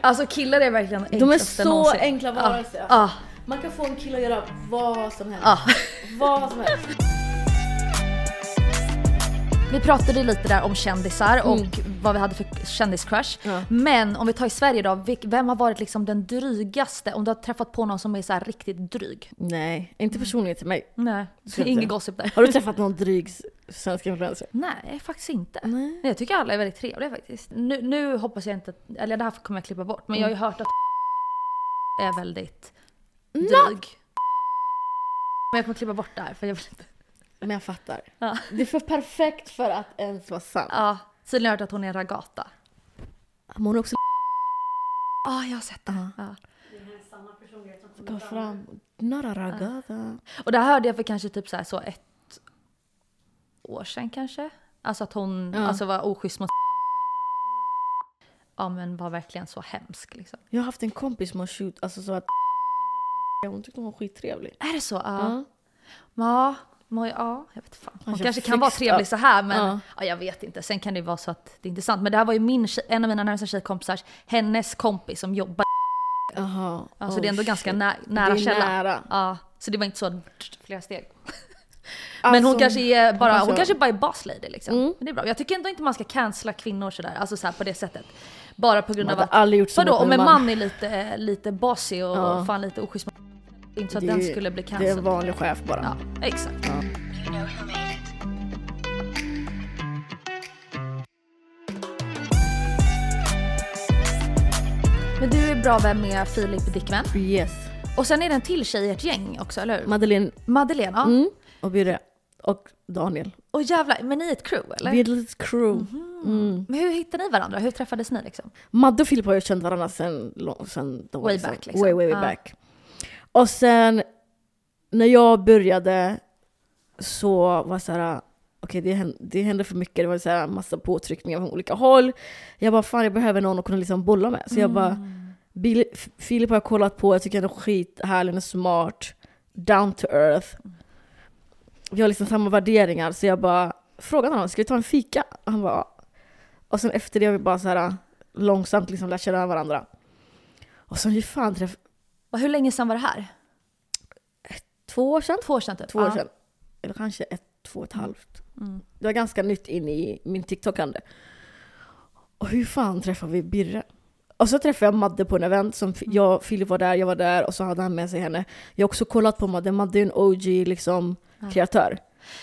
Alltså killar är verkligen
De är
enklaste
så
någonsin.
enkla varelser.
Ja. Ah.
Man kan få en kille att göra vad som helst.
Ah.
Vad som helst.
Vi pratade lite där om kändisar och vad vi hade för kändiscrush.
Mm. Ja.
Men om vi tar i Sverige då, vilk- vem har varit liksom den drygaste? Om du har träffat på någon som är så här riktigt dryg?
Nej, inte personligen till mig.
Nej,
ska jag
ingen
inte.
gossip där.
Har du träffat någon dryg s- svensk influencer?
Nej, faktiskt inte.
Nej.
Jag tycker alla är väldigt trevliga faktiskt. Nu, nu hoppas jag inte att, eller det här kommer jag klippa bort, men jag har ju hört att är väldigt dryg. Men jag kommer klippa bort det här för jag vill inte.
Men jag fattar.
Ja.
Det är för perfekt för att ens vara sant.
Ja, tydligen har jag hört att hon är en ragata.
Men Hon är också
Ja, jag har sett det. Ja.
går fram. Nara ragada.
Och det här hörde jag för kanske typ så, här, så ett år sedan kanske. Alltså att hon
Ja.
alltså var oschysst mot Ja men var verkligen så hemsk liksom.
Jag har haft en kompis som har shoot, alltså så att hon tyckte hon var skittrevlig.
Är det så? Ja.
Ja.
Ja, ja, ja jag vet fan. Hon
Kanske
kanske kan vara
fixar-
trevlig så här men ja.
Ja.
jag vet inte. Sen kan det ju vara så att det är intressant. Men det här var ju min, tjej- en av mina närmaste tjejkompisars, hennes kompis som jobbar.
Jaha.
Alltså
oh
det är ändå
shit.
ganska nä, nära
Det är
källa.
nära.
Ja, så det var inte så flera steg.
Alltså, mm.
Men hon kanske är bara, hon
kanske-
kanske bara är boss lady liksom. Men det är bra. Jag tycker ändå inte man ska cancella kvinnor sådär, alltså såhär på det sättet. Bara på grund
Man
av
hade
att,
aldrig gjort så
vadå
mot en
om en
man.
man är lite, eh, lite bossy och
Ja.
fan lite oschysst mot- det är inte så att
Det är
den
ju-
skulle bli
Det är en
cancelled.
vanlig chef bara.
Ja, exakt. Men du är bra vän med Filip Dickman.
Yes.
Och sen är det en till tjej i ert gäng också, eller hur?
Madeleine
Madeleine, ja.
mm. och Birre och Daniel.
Och jävlar, men ni är ett crew eller? Mhm.
Vi är ett litet crew. Mm.
Men hur hittade ni varandra? Hur träffades ni liksom?
Madde och Filip har ju känt varandra sen, lång- sen de var
Way
liksom,
back, liksom.
way, way, way
Ja.
back. Och sen när jag började så var det så här, okej det, hände, det hände för mycket, det var så här massa påtryckningar från olika håll. Jag bara, fan jag behöver någon att kunna liksom bolla med. Så jag bara,
Mm.
Bil- F- Filip har jag kollat på, jag tycker han är skithärlig, han är smart, down to earth. Vi har liksom samma värderingar, så jag bara frågade honom, ska vi ta en fika? Och han bara, "Ja." Och sen efter det har vi bara så här långsamt liksom lärt känna varandra. Och sen hur fan träff...
Och hur länge sedan var det här?
Två år sedan?
Två år sedan typ?
Två år
Ja. Mm.
sedan. Eller kanske ett, två och ett halvt. Det var ganska nytt in i min TikTokande. Och hur fan träffade vi Birre? Och så träffade jag Madde på en event, som fi-
Mm.
jag, Filip var där, jag var där och så hade han med sig henne. Jag har också kollat på Madde, Madde är en OG liksom, kreatör.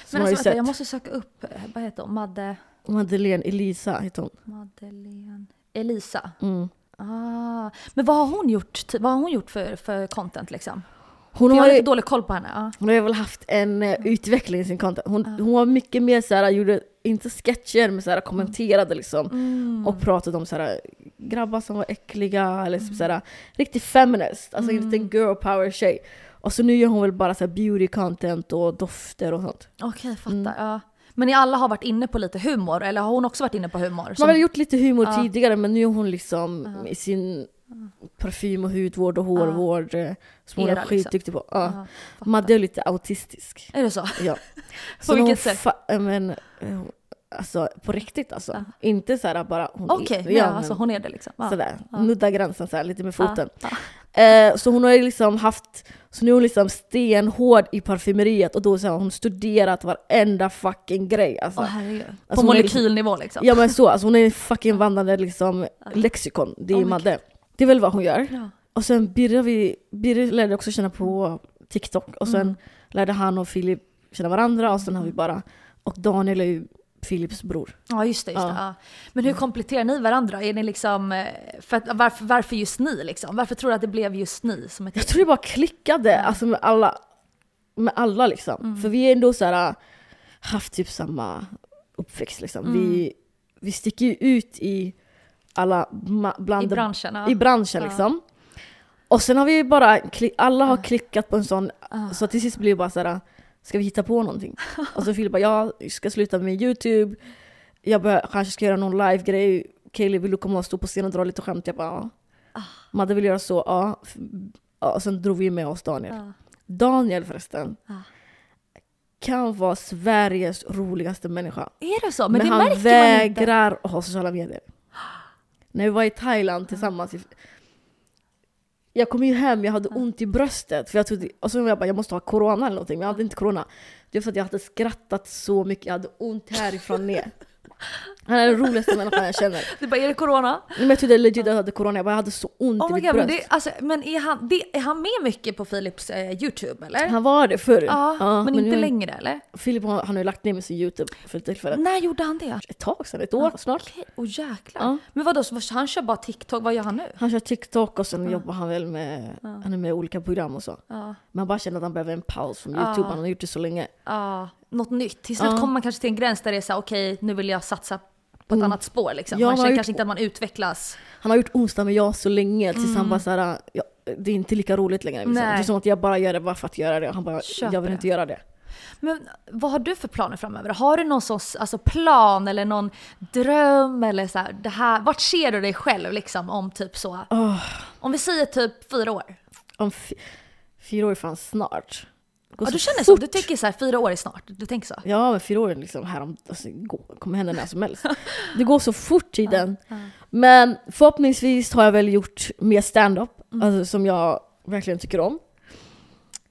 Som
Men
har ju
alltså, vänta,
sett.
jag måste söka upp, eh, vad heter hon? Madde,
Madeleine Elisa heter hon.
Madeleine, Elisa.
Mm.
Ah. Men vad har hon gjort, ty- vad har hon gjort för, för content liksom?
Hon
För jag har
har ju-
lite dålig koll på henne. Ja.
Hon har ju väl haft en eh,
Mm.
utveckling i sin content. Hon, hon var mycket mer såhär, gjorde inte sketcher men
Mm.
såhär kommenterade liksom. Och pratade om såhär grabbar som var äckliga eller typ
Mm.
såhär riktigt feminist. Alltså en liten girl power tjej. Och så nu gör hon väl bara såhär beauty content och dofter och sånt.
Okej, fattar.
Mm.
Ja. Men ni alla har varit inne på lite humor, eller har hon också varit inne på humor?
Man
Som,
har väl gjort lite humor tidigare men nu är hon liksom i sin parfym och hudvård och hårvård eh, som hon är
Era, liksom.
skitduktig på. Ja.
Ja, fattar.
Madde är lite autistisk.
Är det så?
Ja.
På vilket
hon
sätt?
fa- äh, men, eh, alltså på riktigt alltså. Inte så här bara hon
Ah. Okej,
ja,
nej,
men
alltså hon Ah. är det liksom. Ja.
sådär, nudda gränsen så här, lite med foten.
Ja.
Eh, så hon har ju liksom haft, så nu är hon liksom stenhård i parfymeriet och då så här, har hon studerat varenda fucking grej alltså.
Åh, herregud. På
Alltså, hon är liksom-
molekylnivå liksom?
Ja men så, alltså hon är en fucking vandrande liksom lexikon, det är
Ah. Oh my
Madde. Det är väl vad hon gör.
Ja.
Och sen Birre, vi, Birre lärde också känna på TikTok och sen
Mm.
lärde han och Filip känna varandra och sen har vi bara, och Daniel är ju Filips bror.
Ja just det. Just det
Ja.
ja. Men hur kompletterar ni varandra? Är ni liksom, eh, för att, varför, varför just ni? Liksom? Varför tror du att det blev just ni? Som ett...
Jag tror det bara klickade alltså med alla, med alla
Mm. Mm.
liksom. För vi är ändå så här, haft typ samma uppväxt liksom. Vi, vi sticker ju ut i alla ma- bland
I branschen. ja.
i branschen
Ja.
liksom. Och sen har vi ju bara, kli- alla har
Ja.
klickat på en sån,
Ja.
så till sist blir det bara såhär, ska vi hitta på någonting? och så Filip bara, jag ska sluta med YouTube, jag bör, kanske ska göra någon live-grej, Kaeli vill du komma och stå på scen och dra lite skämt? Jag bara, ja. Madde vill göra så, ja. F- ja. Och sen drog vi med oss Daniel.
Ja.
Daniel förresten,
Ja.
kan vara Sveriges roligaste människa.
Är det så? Men,
Men,
det
han
märker man inte.
vägrar att ha sociala medier. När vi var i Thailand tillsammans. i- Jag kom ju hem, jag hade ont i bröstet. För jag trodde, och så var jag bara, jag måste ha corona eller någonting. Men jag hade inte corona. Det var för att jag hade skrattat så mycket, jag hade ont härifrån ner. Han är den roligaste människan jag känner.
Du bara, är det corona?
Nej, Men jag trodde legit att jag hade corona, jag bara, jag hade så ont
Oh my
i mitt
god, men,
bröst.
det, alltså, men är, han, det, är han med mycket på Philips eh, YouTube eller?
Han var det förr.
ja,
Ja,
men, inte
nu-
längre eller?
Filip han han har ju lagt ner med sin YouTube för tillfället.
När gjorde han det?
Ett tag sedan, ett år snart.
Okej, åh jäklar.
Ja.
Men vadå, så han kör bara TikTok, vad gör han nu?
Han kör TikTok och sen jobbar han väl med, han är med i olika program och så.
Ja,
Men han bara känner att han behöver en paus från YouTube, han har gjort det så länge.
ja, något nytt. Till slut kommer man kanske till en gräns där det är så här, okej nu vill jag satsa på ett annat spår liksom.
Mm. Ja,
man
man har
känner
gjort-
kanske inte att man utvecklas.
Han har gjort onsdag med jag så länge tills han bara såhär, ja, det är inte lika roligt längre. Liksom. Det
Mm. Nej.
är som att jag bara gör det bara för att göra det. Han bara,
Köper
jag vill
det.
inte göra det.
Men vad har du för planer framöver? Har du någon sorts alltså, plan eller någon dröm eller så här, det här, vart ser du dig själv liksom om typ så? Om vi säger typ fyra år?
Om f- fyra år är fan snart. Det går
Ja,
så
du känner så?
fort.
Du tycker så här, fyra år är snart? Du tänker så?
Ja, men fyra år är liksom härom, alltså, går, kommer hända när som helst. Det går så fort tiden. Men förhoppningsvis har jag väl gjort mer
Mm.
stand-up, alltså, som jag verkligen tycker om.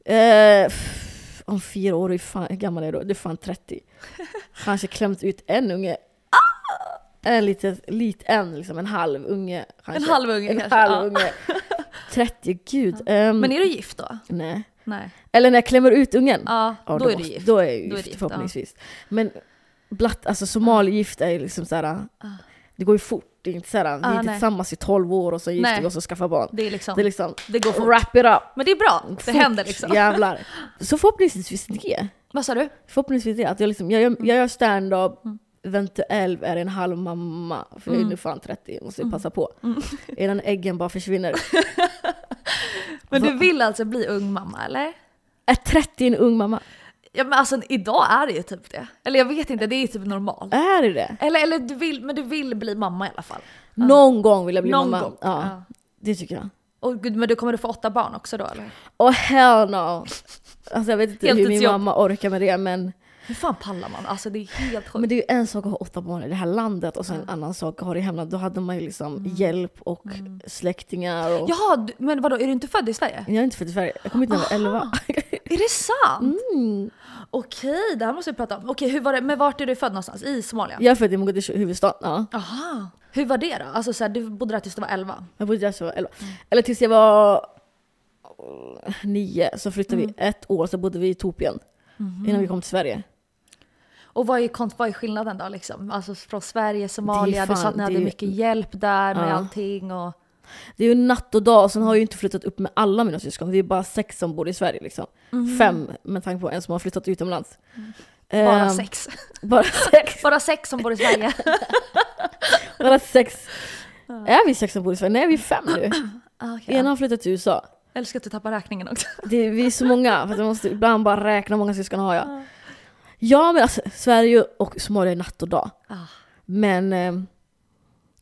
Eh, f- om fyra år, hur, fan, hur gammal är jag då? Det är fan 30. Kanske klämt ut en unge. En liten, lit, en, liksom, en halv unge. Kanske.
Ah! En halv unge
Alltså, En
kanske,
halv
ja.
unge. 30, gud. ehm,
Men är du gift då?
nej.
Nej.
Eller när jag klämmer ut ungen.
Ja,
Ja,
då är du
måste-
gift.
Då är jag
Då är
gift,
du gift,
förhoppningsvis. Men blatt, alltså somaliegift är ju liksom såhär, det går ju fort. Det är inte såhär, vi
Ah,
är inte
nej.
tillsammans i 12 år och så gifter
Nej.
vi oss och skaffar barn.
Det är liksom,
Det är liksom,
det går fort.
wrap it up.
Men det är bra, det
Fort,
händer liksom.
Jävlar. Så förhoppningsvis det.
Vad sa du?
Förhoppningsvis det. Att jag, liksom, jag, gör,
Mm.
jag gör stand-up, eventuellt är en halv mamma. För
Mm.
jag är nu fan 30, jag måste ju passa på. Innan äggen bara försvinner.
Men du vill alltså bli ung mamma eller?
Är 30 en ung mamma?
Ja men alltså idag är det ju typ det. Eller jag vet inte, det är typ normalt.
Är det det?
Eller, eller du vill, men du vill bli mamma i alla fall.
Någon gång vill jag bli
Någon
mamma.
gång.
Ja,
Ja.
Det tycker jag.
Och gud, men du kommer du få åtta barn också då eller?
Oh hell no! Alltså jag vet inte hur min
Heltidsjobb.
mamma orkar med det men,
Hur fan pallar man? Alltså det är helt sjukt.
men det är ju en sak att ha åtta barn i det här landet och sen en annan sak att ha det i hemlandet. Då hade man ju liksom hjälp och släktingar och...
Jaha, du, men vadå, är du inte född i Sverige?
Jag är inte född i Sverige, jag kom hit när jag var elva.
Är det sant?
Mm.
Okej, det här måste vi prata om. Okej, hur var det, men vart är du född någonstans? I Somalia?
Jag är född i Mogadishu, huvudstaden. Ja.
Aha. Hur var det då? Alltså så här, du bodde där tills du var 11?
Jag bodde där tills jag var elva. Eller tills jag var eh, nio, så flyttade vi ett år, så bodde vi i Etiopien. Innan vi kom till Sverige.
Och vad är, kont- vad är skillnaden då liksom? Alltså från Sverige, Somalia, du
fan-
sa att ni
det är
hade
ju-
mycket hjälp där med
Ja.
allting och...
Det är ju natt och dag, och sen har jag ju inte flyttat upp med alla mina syskon. Vi är bara sex som bor i Sverige liksom.
Mm.
Fem med tanke på en som har flyttat utomlands.
Bara
Ehm,
sex.
Bara sex.
Bara sex som bor i Sverige.
Bara sex. Är vi sex som bor i Sverige? Nej, vi är fem nu.
Ah, okej.
Ena har flyttat till USA.
Jag älskar att du tappar räkningen också.
Det är, vi är så många, för att jag måste ibland bara räkna hur många syskon har jag. Ja men alltså, Sverige och Somalia är natt och dag.
Ah.
Men eh,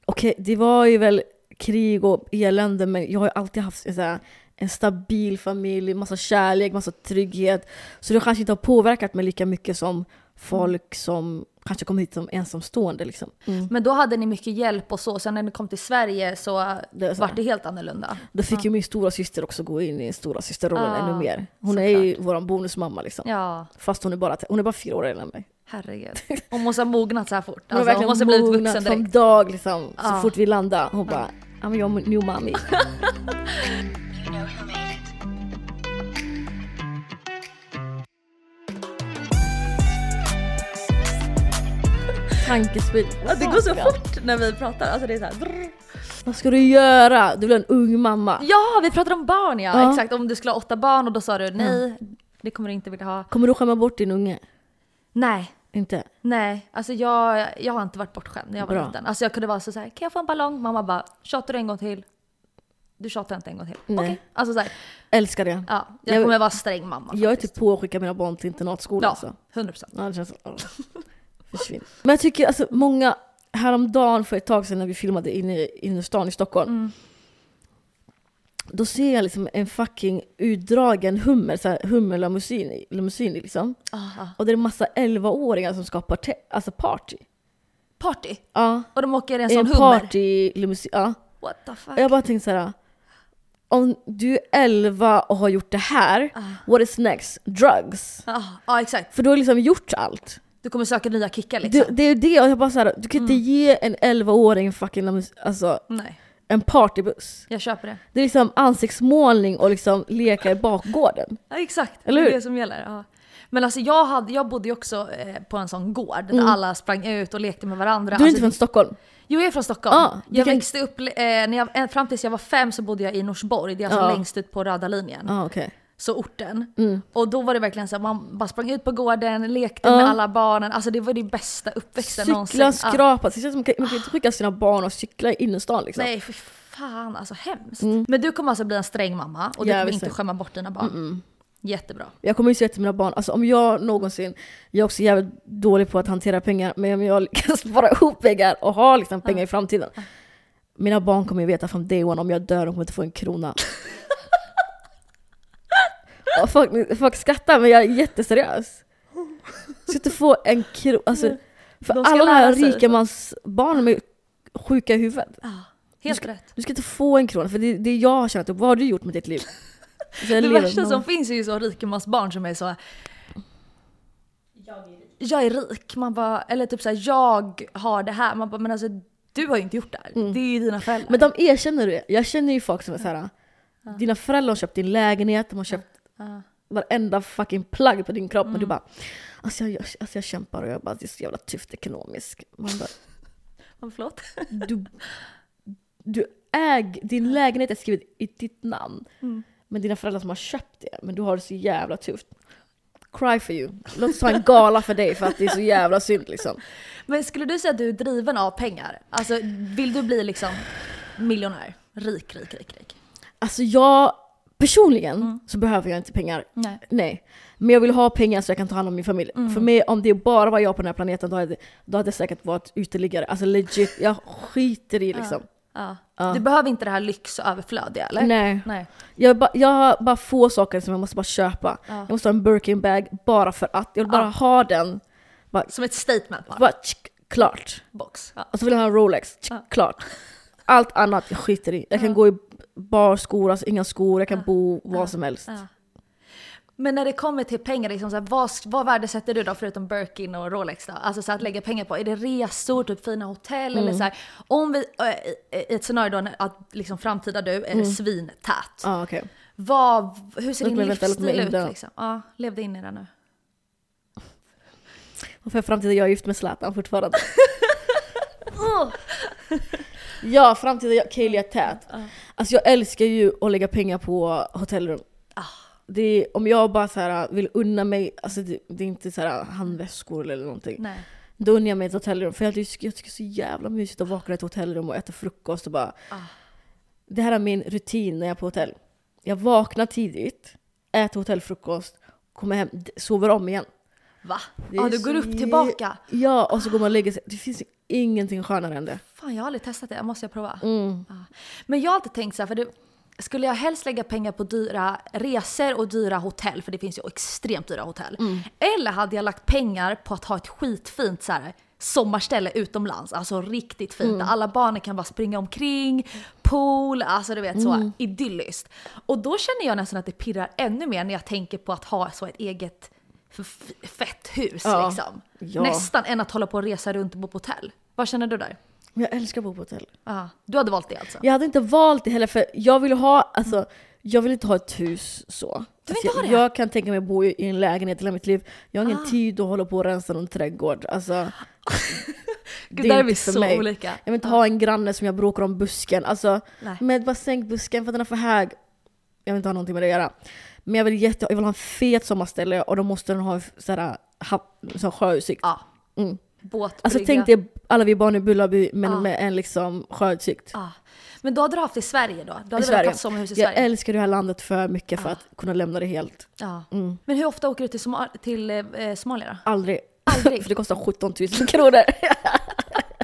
okej, det var ju väl krig och elände men jag har ju alltid haft en, så här, en stabil familj, massa kärlek, massa trygghet. Så det kanske inte har påverkat mig lika mycket som
Mm.
folk som kanske kom hit som ensamstående. Liksom.
Men då hade ni mycket hjälp och så, sen när ni kom till Sverige så
Det är så.
vart det helt annorlunda.
Då fick ju min stora syster också gå in i stora systerrollen
Ah,
ännu mer. Hon är ju vår bonusmamma liksom.
Ja,
Fast hon är, bara, hon är bara fyra år äldre än mig.
herregud. Hon måste ha mognat så här fort.
Hon har
Alltså, hon måste ha blivit
mognat
vuxen
från
direkt.
dag liksom.
Ah.
Så fort vi landade. Hon bara, I'm your new mommy. Tankesprid.
Ja, det går så fort när vi pratar. Alltså, det är så här, drr.
Vad ska du göra? Du blir en ung mamma.
ja, vi pratade om barn ja.
Ja.
Exakt, om du skulle ha åtta barn och då sa du nej, det kommer du inte vilja ha.
Kommer du skämma bort din unge?
Nej,
Inte?
Nej, alltså jag, jag har inte varit bortskämd när jag var
Bra.
liten. Alltså jag kunde vara så här, kan jag få en ballong? Mamma bara, tjatar du en gång till? Du tjatar inte en gång till.
Nej.
Okej. Alltså så här,
Älskar det.
ja, jag,
Jag-
kommer vara sträng mamma.
jag är
faktiskt.
typ på att skicka mina barn till internatskola.
Ja,
Alltså.
100%.
Ja, det känns, ja. Försvinn. Men jag tycker alltså många, häromdagen för ett tag sedan när vi filmade inne i innerstan i Stockholm.
Mm.
Då ser jag liksom en fucking utdragen hummer, så här, hummer lamuzini, lamuzini liksom.
Ah, ah.
Och det är en massa 11-åringar som skapar te- alltså party.
Party!
Ja.
Och de åker i en
En,
sån
en
hummer.
party limousin. Ja.
What the fuck?
Och Jag bara tänkte så här. Om du är 11 och har gjort det här,
Ah.
what is next? Drugs.
Ja, Ah, ja, exakt.
För du har liksom gjort allt.
Du kommer söka nya kickar liksom. Mm.
Det, det är det, och jag bara så här, du kan inte ge en 11-åring fucking lamus- alltså,
Nej,
en partybuss.
jag köper det.
Det är liksom ansiktsmålning och liksom leka i bakgården.
Ja, exakt,
Eller
det är
hur?
det som gäller. Ja. Men alltså jag, hade, jag bodde ju också eh, på en sån gård där alla sprang ut och lekte med varandra.
Mm. Du är
Alltså,
inte från Stockholm?
Jo, jag är från Stockholm.
Ja,
jag
vilken-
växte upp, eh, när jag, eh, fram tills jag var fem så bodde jag i Norsborg, det är alltså
Ja.
längst ut på röda linjen.
Ja, ah, okej.
Så orten. Och då var det verkligen så att man bara sprang ut på gården, lekte
Ja.
med alla barnen. Alltså det var det bästa uppväxten
Cykla,
någonsin. Ja.
skrapa, det känns som man kan man kan inte skicka sina barn och cykla i innerstan liksom. Mm.
Nej för fan alltså hemskt. Men du kommer alltså bli en sträng mamma och du
Jävligt
kommer inte
sträng.
skämma bort dina
Mm.
barn. Jättebra.
Jag kommer ju säga till mina barn, alltså om jag någonsin, jag är också jävligt dålig på att hantera pengar, men om jag lyckas spara ihop pengar och ha liksom pengar i framtiden. Mina barn kommer ju veta från day one, om jag dör de kommer inte få en krona. och folk, folk skrattar men jag är jätteseriös. Jag ska inte få en krona, alltså. För
De ska
alla de här
lära sig.
rikemansbarnen är ju sjuka i huvudet.
Helt
ska-
rätt.
Du ska inte få en krona, för det, det är jag har tjänat upp, vad har du gjort med ditt liv? Så jag
Det
lever
värsta
med-
som finns är ju så rikemansbarn som är så jag är rik. Man bara, eller typ såhär, jag har det här. Man bara, men alltså du har ju inte gjort det här. Det är ju dina föräldrar.
Mm. Men de erkänner det. Jag känner ju folk som är såhär, dina föräldrar har köpt din lägenhet, de har köpt varenda fucking plagg på din kropp. Men du bara, alltså jag, jag, alltså jag kämpar och jag bara, det är så jävla tufft ekonomiskt. Man bara,
Men, Förlåt.
du, du äg, din lägenhet är skriven i ditt namn. Men dina föräldrar som har köpt det, men du har det så jävla tufft. Cry for you. Låt oss ha en gala för dig för att det är så jävla synd liksom.
Men skulle du säga att du är driven av pengar? Alltså vill du bli liksom miljonär? Rik, rik, rik, rik.
Alltså jag, personligen så behöver jag inte pengar.
Nej.
Nej. Men jag vill ha pengar så jag kan ta hand om min familj.
Mm.
För mig, om det bara var jag på den här planeten, då hade, då hade jag säkert varit uteliggare. Alltså legit, jag skiter i liksom.
Ja. Du behöver inte det här lyx och överflödiga eller?
Nej.
Nej.
Jag, ba, jag har bara få saker som jag måste bara köpa. Jag måste ha en Birkin bag bara för att. Jag vill bara
Ja.
ha den. Bara,
Som ett statement bara.
bara tsk, klart.
Box. Ja.
Och så vill jag ha en Rolex, tsk, klart. Allt annat jag skiter i. Jag kan gå i barskor, alltså inga skor, jag kan bo var som helst.
Men när det kommer till pengar, liksom så här, vad, vad värdesätter du då förutom Birkin och Rolex? Då? Alltså så här, att lägga pengar på, är det resor, typ fina hotell
Mm.
eller så här, Om vi, ö, i- i ett scenario då när- att liksom framtida du
Mm.
är svintät.
Ah, okay.
Vad, hur ser
Låt
din
mig vänta, låt mig
livsstil ut?
in där.
Liksom? Ja, lev dig in i det nu.
Och för framtiden, jag är gift med Zlatan fortfarande. ja, framtiden, jag, Kaeli är tät. Alltså jag älskar ju att lägga pengar på hotellrum.
Ah.
Det är, om jag bara så här, vill unna mig, alltså det, det är inte så här, handväskor eller någonting.
Nej.
Då unnar jag mig ett hotellrum, för jag tycker, jag tycker det är så jävla mysigt att vakna i ett hotellrum och äta frukost och bara...
Ah.
Det här är min rutin när jag är på hotell. Jag vaknar tidigt, äter hotellfrukost, kommer hem, d- sover om igen.
Va?
Det
Ja,
är
Ah, du
så
går upp
jä-
tillbaka.
Ja, och så går man och lägger sig. Det finns ju ingenting skönare än det.
Fan, jag har aldrig testat det. Jag måste jag prova.
Mm.
Ja. Men jag har alltid tänkt så här, för det, skulle jag helst lägga pengar på dyra resor och dyra hotell, för det finns ju extremt dyra hotell.
Mm.
Eller hade jag lagt pengar på att ha ett skitfint så här, sommarställe utomlands, alltså riktigt
Mm.
fint, där alla barnen kan bara springa omkring, pool, alltså du vet så
Mm.
idylliskt. Och då känner jag nästan att det pirrar ännu mer när jag tänker på att ha så ett eget f- fett hus
Ja.
liksom.
Ja.
Nästan än att hålla på och resa runt och bo på hotell. Vad känner du där?
Men jag älskar att bo på hotell.
Ja, du hade valt det alltså?
Jag hade inte valt det heller för jag vill ha, alltså, jag vill inte ha ett hus så.
Du vill inte
alltså,
ha
jag,
det? Ah.
jag kan tänka mig att bo i i en lägenhet hela mitt liv. Jag har ingen tid att hålla på och rensa någon trädgård. Alltså,
Gud,
det
där är
inte
vi
för
så
mig.
olika. Ah.
Jag vill inte ha en granne som jag bråkar om busken. Alltså,
Nej.
men bara sänk busken för att den är för hög. Jag vill inte ha någonting med det att göra. Men jag vill, jätte, jag vill ha en fet sommarställe och då måste den ha så här, ha, så sjöutsikt.
Ja.
Mm.
Båt,
Alltså
brygga.
tänk dig alla vi barn i Bullaby men
Ja.
med en liksom sjöutsikt.
Ja. Men då hade du haft det i Sverige då? Du hade
Sverige.
väl haft sommarhus i
Jag
Sverige? Ah.
älskar det här landet för mycket för
Ja.
att kunna lämna det helt.
Ja.
Mm.
Men hur ofta åker du till, Somal- till eh, Somalia då?
Aldrig.
Aldrig.
för det kostar 17 000 kronor.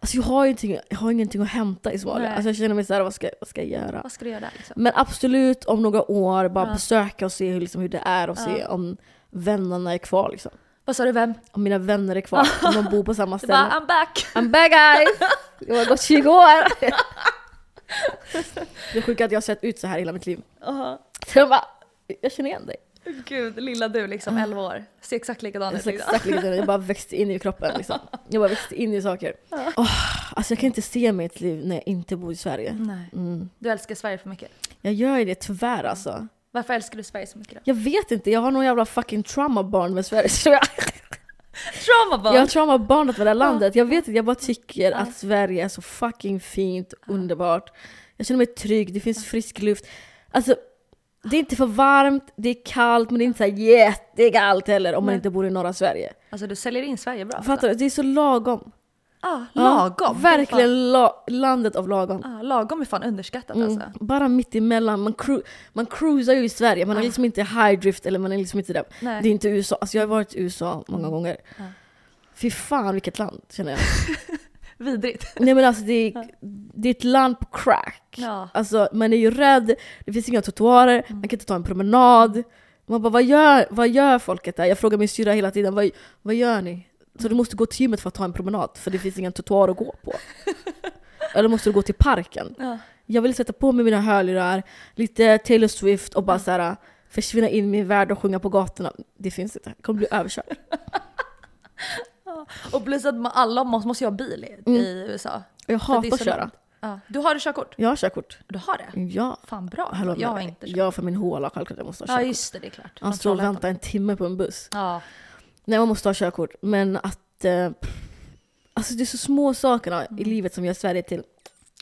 alltså jag har, ju ingenting, jag har ingenting att hämta i Somalia.
Nej.
Alltså jag känner mig såhär, vad ska, vad ska jag göra?
Vad ska du göra där liksom?
Men absolut om några år bara
Ja.
besöka och se hur, liksom, hur det är och se
Ah.
om vännerna är kvar. Liksom.
Vad sa du, vem?
Om mina vänner är kvar, om de bor på samma
Ah. Du
ställe.
bara "Ah." I'm back!
I'm back guys! Jag har gått 20 år! Det är sjukt att jag har sett ut så här hela mitt liv. Så jag bara, jag känner igen dig.
Gud, lilla du liksom 11 år. Ser exakt likadan
Jag,
ut.
ser
Liksom.
Ah. exakt likadan ut. jag bara växte in i kroppen liksom. Jag bara växte in i saker. Åh, alltså jag kan inte se mig i ett liv när jag inte bor i Sverige.
Nej.
Mm.
Du älskar Sverige för mycket.
Jag gör ju det
Mm.
tyvärr alltså.
Varför älskar du Sverige så mycket då?
Jag vet inte, jag har någon jävla fucking traumabarn med Sverige tror jag.
Trauma
Jag har
barn!
traumabarnat med det här landet. Jag vet inte, jag bara tycker att Sverige är så fucking fint, underbart. Jag känner mig trygg, det finns frisk luft. Alltså, det är inte för varmt, det är kallt, men det är inte så här jättekallt heller om man
Nej.
inte bor i norra Sverige.
Alltså du säljer in Sverige bra.
Fattar du? Det är så lagom.
Ja,
Ja,
lagom.
verkligen la- landet av lagom.
Ja, Ah, lagom är fan underskattat
Mm.
alltså.
Bara mitt emellan. Man, cru- man cruisar ju i Sverige, man är liksom inte high drift eller man är liksom inte där.
Nej.
Det är inte USA. Alltså jag har varit i USA många gånger.
Ja.
Fy fan vilket land känner jag.
Vidrigt.
Nej men alltså det är, det är ett land på crack.
Ja.
Alltså man är ju rädd, det finns inga trottoarer,
Mm.
man kan inte ta en promenad. Man bara vad gör, vad gör folket där? Jag frågar min syrra hela tiden, vad, vad gör ni? Så du måste gå till gymmet för att ta en promenad för det finns ingen trottoar att gå på. Eller måste du gå till parken?
Ja.
Jag vill sätta på mig mina hörlurar, lite Taylor Swift och bara
Mm.
så här försvinna in i min värld och sjunga på gatorna. Det finns inte, jag kommer bli överkörd.
Och plus att man- alla måste, måste ju ha bil i,
Mm.
i USA.
Och jag
För det är
hatar att
så
köra.
långt. Ja. Du har du körkort?
Jag har körkort.
Du har det?
Ja.
Fan bra.
Hallå,
jag har
men-
inte körkort.
Jag för min håla självklart jag måste ha
Ja
körkort.
just det, det är klart.
Han
Från
står och
Trollhättan.
väntar en timme på en buss.
Ja.
Nej, man måste ha körkort. Men att... Eh, pff, alltså det är så små sakerna i livet som gör Sverige till.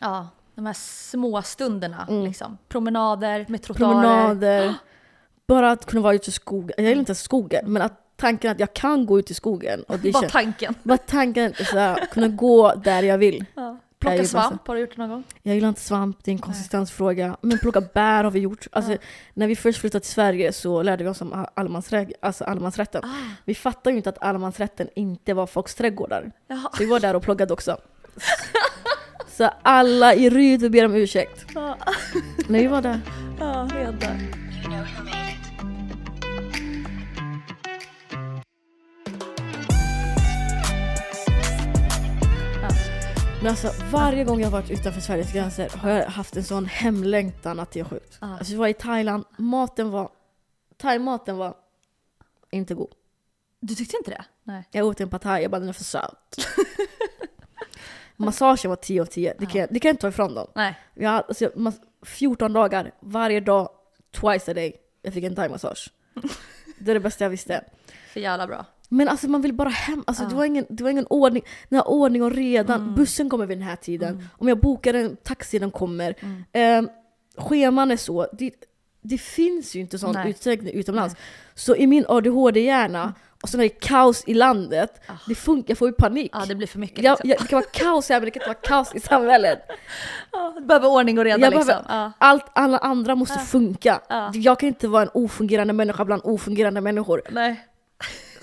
ja. De här små stunderna liksom. Promenader med trottoarer.
Mm. Promenader, bara att kunna vara ute i skogen. Jag gillar inte ens skogen, men att tanken att jag kan gå ut i skogen. Och det
Bara
känns,
tanken.
bara tanken att så här, kunna gå där jag vill.
Ja.
Jag
Plocka
gillar bara
svamp, har du gjort det någon gång?
Jag gillar inte svamp, det är en konsistensfråga. Men plocka bär har vi gjort. Alltså, När vi först flyttade till Sverige så lärde vi oss om allemansrä- alltså allemansrätten. Vi fattade ju inte att allemansrätten inte var folks trädgårdar.
Jaha.
Så vi var där och pluggade också. Så alla i Ryd, vi ber om ursäkt.
Ja,
När vi var där.
ja Hedda.
Men alltså varje gång jag har varit utanför Sveriges gränser har jag haft en sån hemlängtan att det är sjukt.
Ja.
Alltså vi var i Thailand, maten var... Thaimaten var inte god.
Du tyckte inte det? Nej.
Jag åt en pad thai, jag bara den är för söt. Massagen var 10 av 10, det kan, jag- det kan jag inte ta ifrån dem.
Nej.
Jag, hade- alltså, jag, mas- 14 dagar, varje dag, twice a day, jag fick en thai-massage. Det är det bästa jag visste.
För jävla bra.
Men alltså man vill bara hem, alltså, det, var ingen, det var ingen ordning, den här ordning och redan,
Mm.
bussen kommer vid den här tiden, om jag bokar en taxi den kommer.
Mm.
Eh, scheman är så, det, det finns ju inte sån
Nej. Mm.
utsträckning utomlands. Så i min ADHD-hjärna, och så när det är kaos i landet, det funkar, jag får ju panik.
Ah. Ja det blir för mycket
jag,
liksom.
jag, det kan vara kaos här men det kan inte vara kaos i samhället.
Ja, Du behöver ordning och reda
Jag
liksom.
behöver-
Ja.
Allt, alla andra
Ah.
måste funka.
Ja.
Jag kan inte vara en ofungerande människa bland ofungerande människor.
Nej.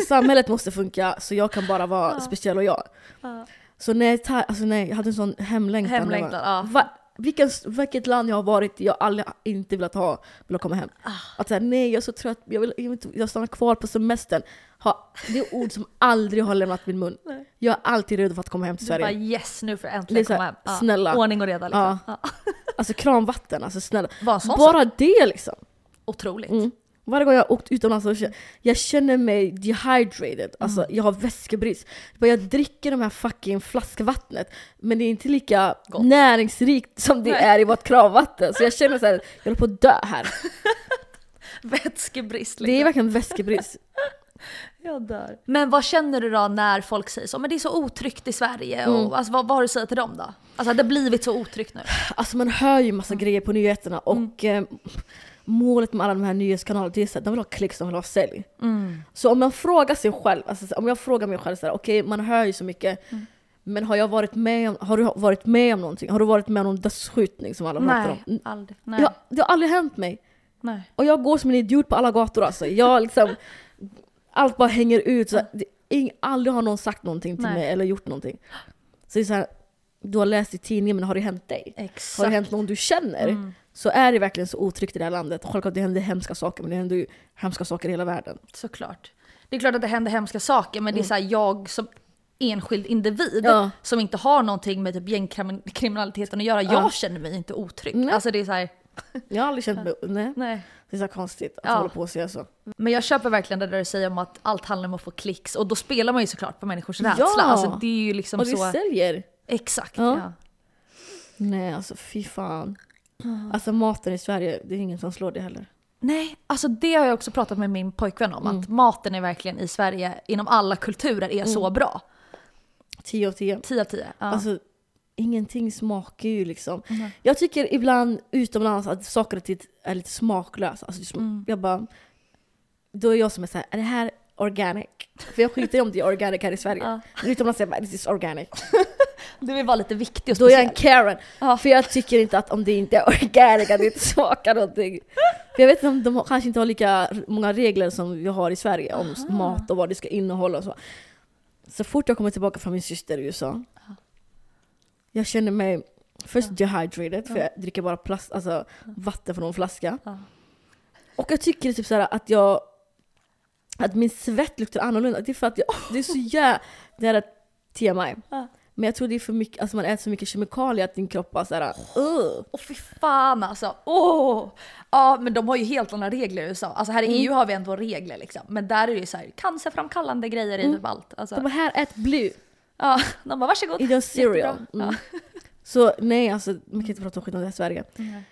Samhället måste funka så jag kan bara vara speciell och jag.
Ja.
Så nej, ta, alltså nej, jag hade en sån hemlängtan.
Hemlängtan,
Jag
ja.
Va, vilken, vilket land jag har varit i jag aldrig inte velat ha, vill komma hem.
Ah,
Att säga nej, jag är så trött, jag, vill, jag, vill inte, jag stannar kvar på semestern. Ha, det är ord som aldrig har lämnat min mun.
Nej.
Jag är alltid redo för att komma hem till
Du bara
Sverige.
yes nu får jag äntligen
Lisa,
komma hem. Ja.
snälla.
Ordning och reda liksom. Ja.
Alltså kranvatten, alltså snälla.
Var en sån sak.
Bara det liksom.
Otroligt.
Mm. Varje gång jag har åkt utomlands så känner jag känner mig dehydrated, alltså
Mm.
jag har vätskebrist. Jag bara, Jag dricker de här fucking flaskvattnet men det är inte lika
Gott.
näringsrikt som det
Nej.
är i vårt kranvatten. Så jag känner såhär, jag håller på att dö här.
Vätskebrist
Det är
liksom.
verkligen vätskebrist.
Jag dör. Men vad känner du då när folk säger så? Men det är så otryggt i Sverige.
Mm.
Och, alltså, vad, vad har du att säga till dem då? Alltså det har blivit så otryggt nu. Mm.
Alltså man hör ju massa grejer på nyheterna och eh, målet med alla de här nyhetskanalerna det är så att de vill ha klicks, de vill ha sälj. Så om man frågar sig själv, alltså, om jag frågar mig själv så här, okej man hör ju så mycket,
Mm.
men har, jag varit med om, har du varit med om någonting? Har du varit med om någon dödsskjutning som alla pratar om?
Nej, Mm. aldrig. Nej.
Jag, det har aldrig hänt mig.
Nej.
Och jag går som en idiot på alla gator alltså. Jag liksom, allt bara hänger ut. Så det, ing, aldrig har någon sagt någonting till
Nej.
mig eller gjort någonting. Så det är så här, du har läst i tidningen men har det hänt dig?
Exakt. Mm.
Har det hänt någon du känner? Så är det verkligen så otryggt i det här landet. Självklart det händer hemska saker men det händer ju hemska saker i hela världen.
Såklart. Det är klart att det händer hemska saker men det är så här, jag som enskild individ
Mm. Ja.
som inte har någonting med typ gängkriminaliteten att göra, jag känner mig inte otrygg.
Nej.
Alltså det är så här,
Jag har aldrig känt mig... Nej.
nej.
Det är så här konstigt att
Ja.
hålla på och säga så.
Men jag köper verkligen det där du säger om att allt handlar om att få klicks och då spelar man ju såklart på människors
Ja.
rädsla. Alltså det är ju liksom
Och det
så.
säljer.
Exakt.
Ja.
Ja.
Nej alltså fy fan. Alltså maten i Sverige, det är ingen som slår det heller.
Nej, alltså det har jag också pratat med min pojkvän om att
Mm.
maten är verkligen i Sverige inom alla kulturer är så bra.
10 av 10.
10 av 10. Ja.
Mm. Alltså, ingenting smakar ju liksom. Jag tycker ibland utomlands att saker och ting är lite smaklösa. Alltså, det sm-
Mm.
Jag bara... Då är jag som är såhär, är det här organic? För jag skiter i om det är organic här i Sverige.
Ja.
Men utomlands säger jag bara, this is organic.
Du vill vara lite viktig och
Då är jag
speciell.
en Karen.
Ja.
För jag tycker inte att om det inte är organic att det inte smakar någonting. För jag vet inte om de har- kanske inte har lika många regler som vi har i Sverige om mat och vad det ska innehålla och så. Så fort jag kommer tillbaka från min syster i USA, jag känner mig först dehydrated för jag dricker bara plast, alltså, vatten från en flaska.
Ja.
Och jag tycker typ såhär att jag att min svett luktar annorlunda. Det är för att jag, det är så jävla... Det här är TMI.
Ja.
Men jag tror det är för mycket, alltså man äter så mycket kemikalier att din kropp bara såhär uh.
Åh fy fan alltså. Åh! Ja men de har ju helt andra regler i USA. Alltså här
Mm.
i EU har vi ändå regler liksom. Men där är det ju så här, cancerframkallande grejer i typ allt. Alltså,
Mm. De bara här, ät bly
ja, de bara varsågod.
i den cereal.
Jättebra.
Mm. Så nej alltså, man kan inte prata om skillnaden i Sverige.
Nej.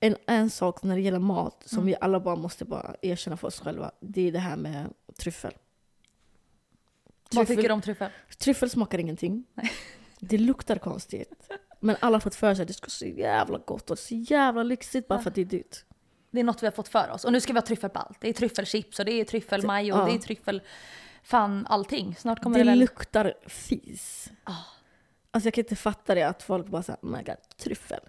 En, en sak när det gäller mat
Mm.
som vi alla bara måste bara erkänna för oss själva, det är det här med tryffel.
Vad tycker du om tryffel?
Tryffel smakar ingenting. Det luktar konstigt. Men alla har fått för sig att det ska så jävla gott och så jävla lyxigt bara för att det är dyrt.
Det är något vi har fått för oss. Och nu ska vi ha tryffel på allt. Det är tryffelchips och det är tryffelmajo och
Ja.
det är tryffel... Fan allting. Snart kommer
Det
det, väl...
luktar fis.
Ah.
Alltså jag kan inte fatta det att folk bara såhär, oh my god, tryffel.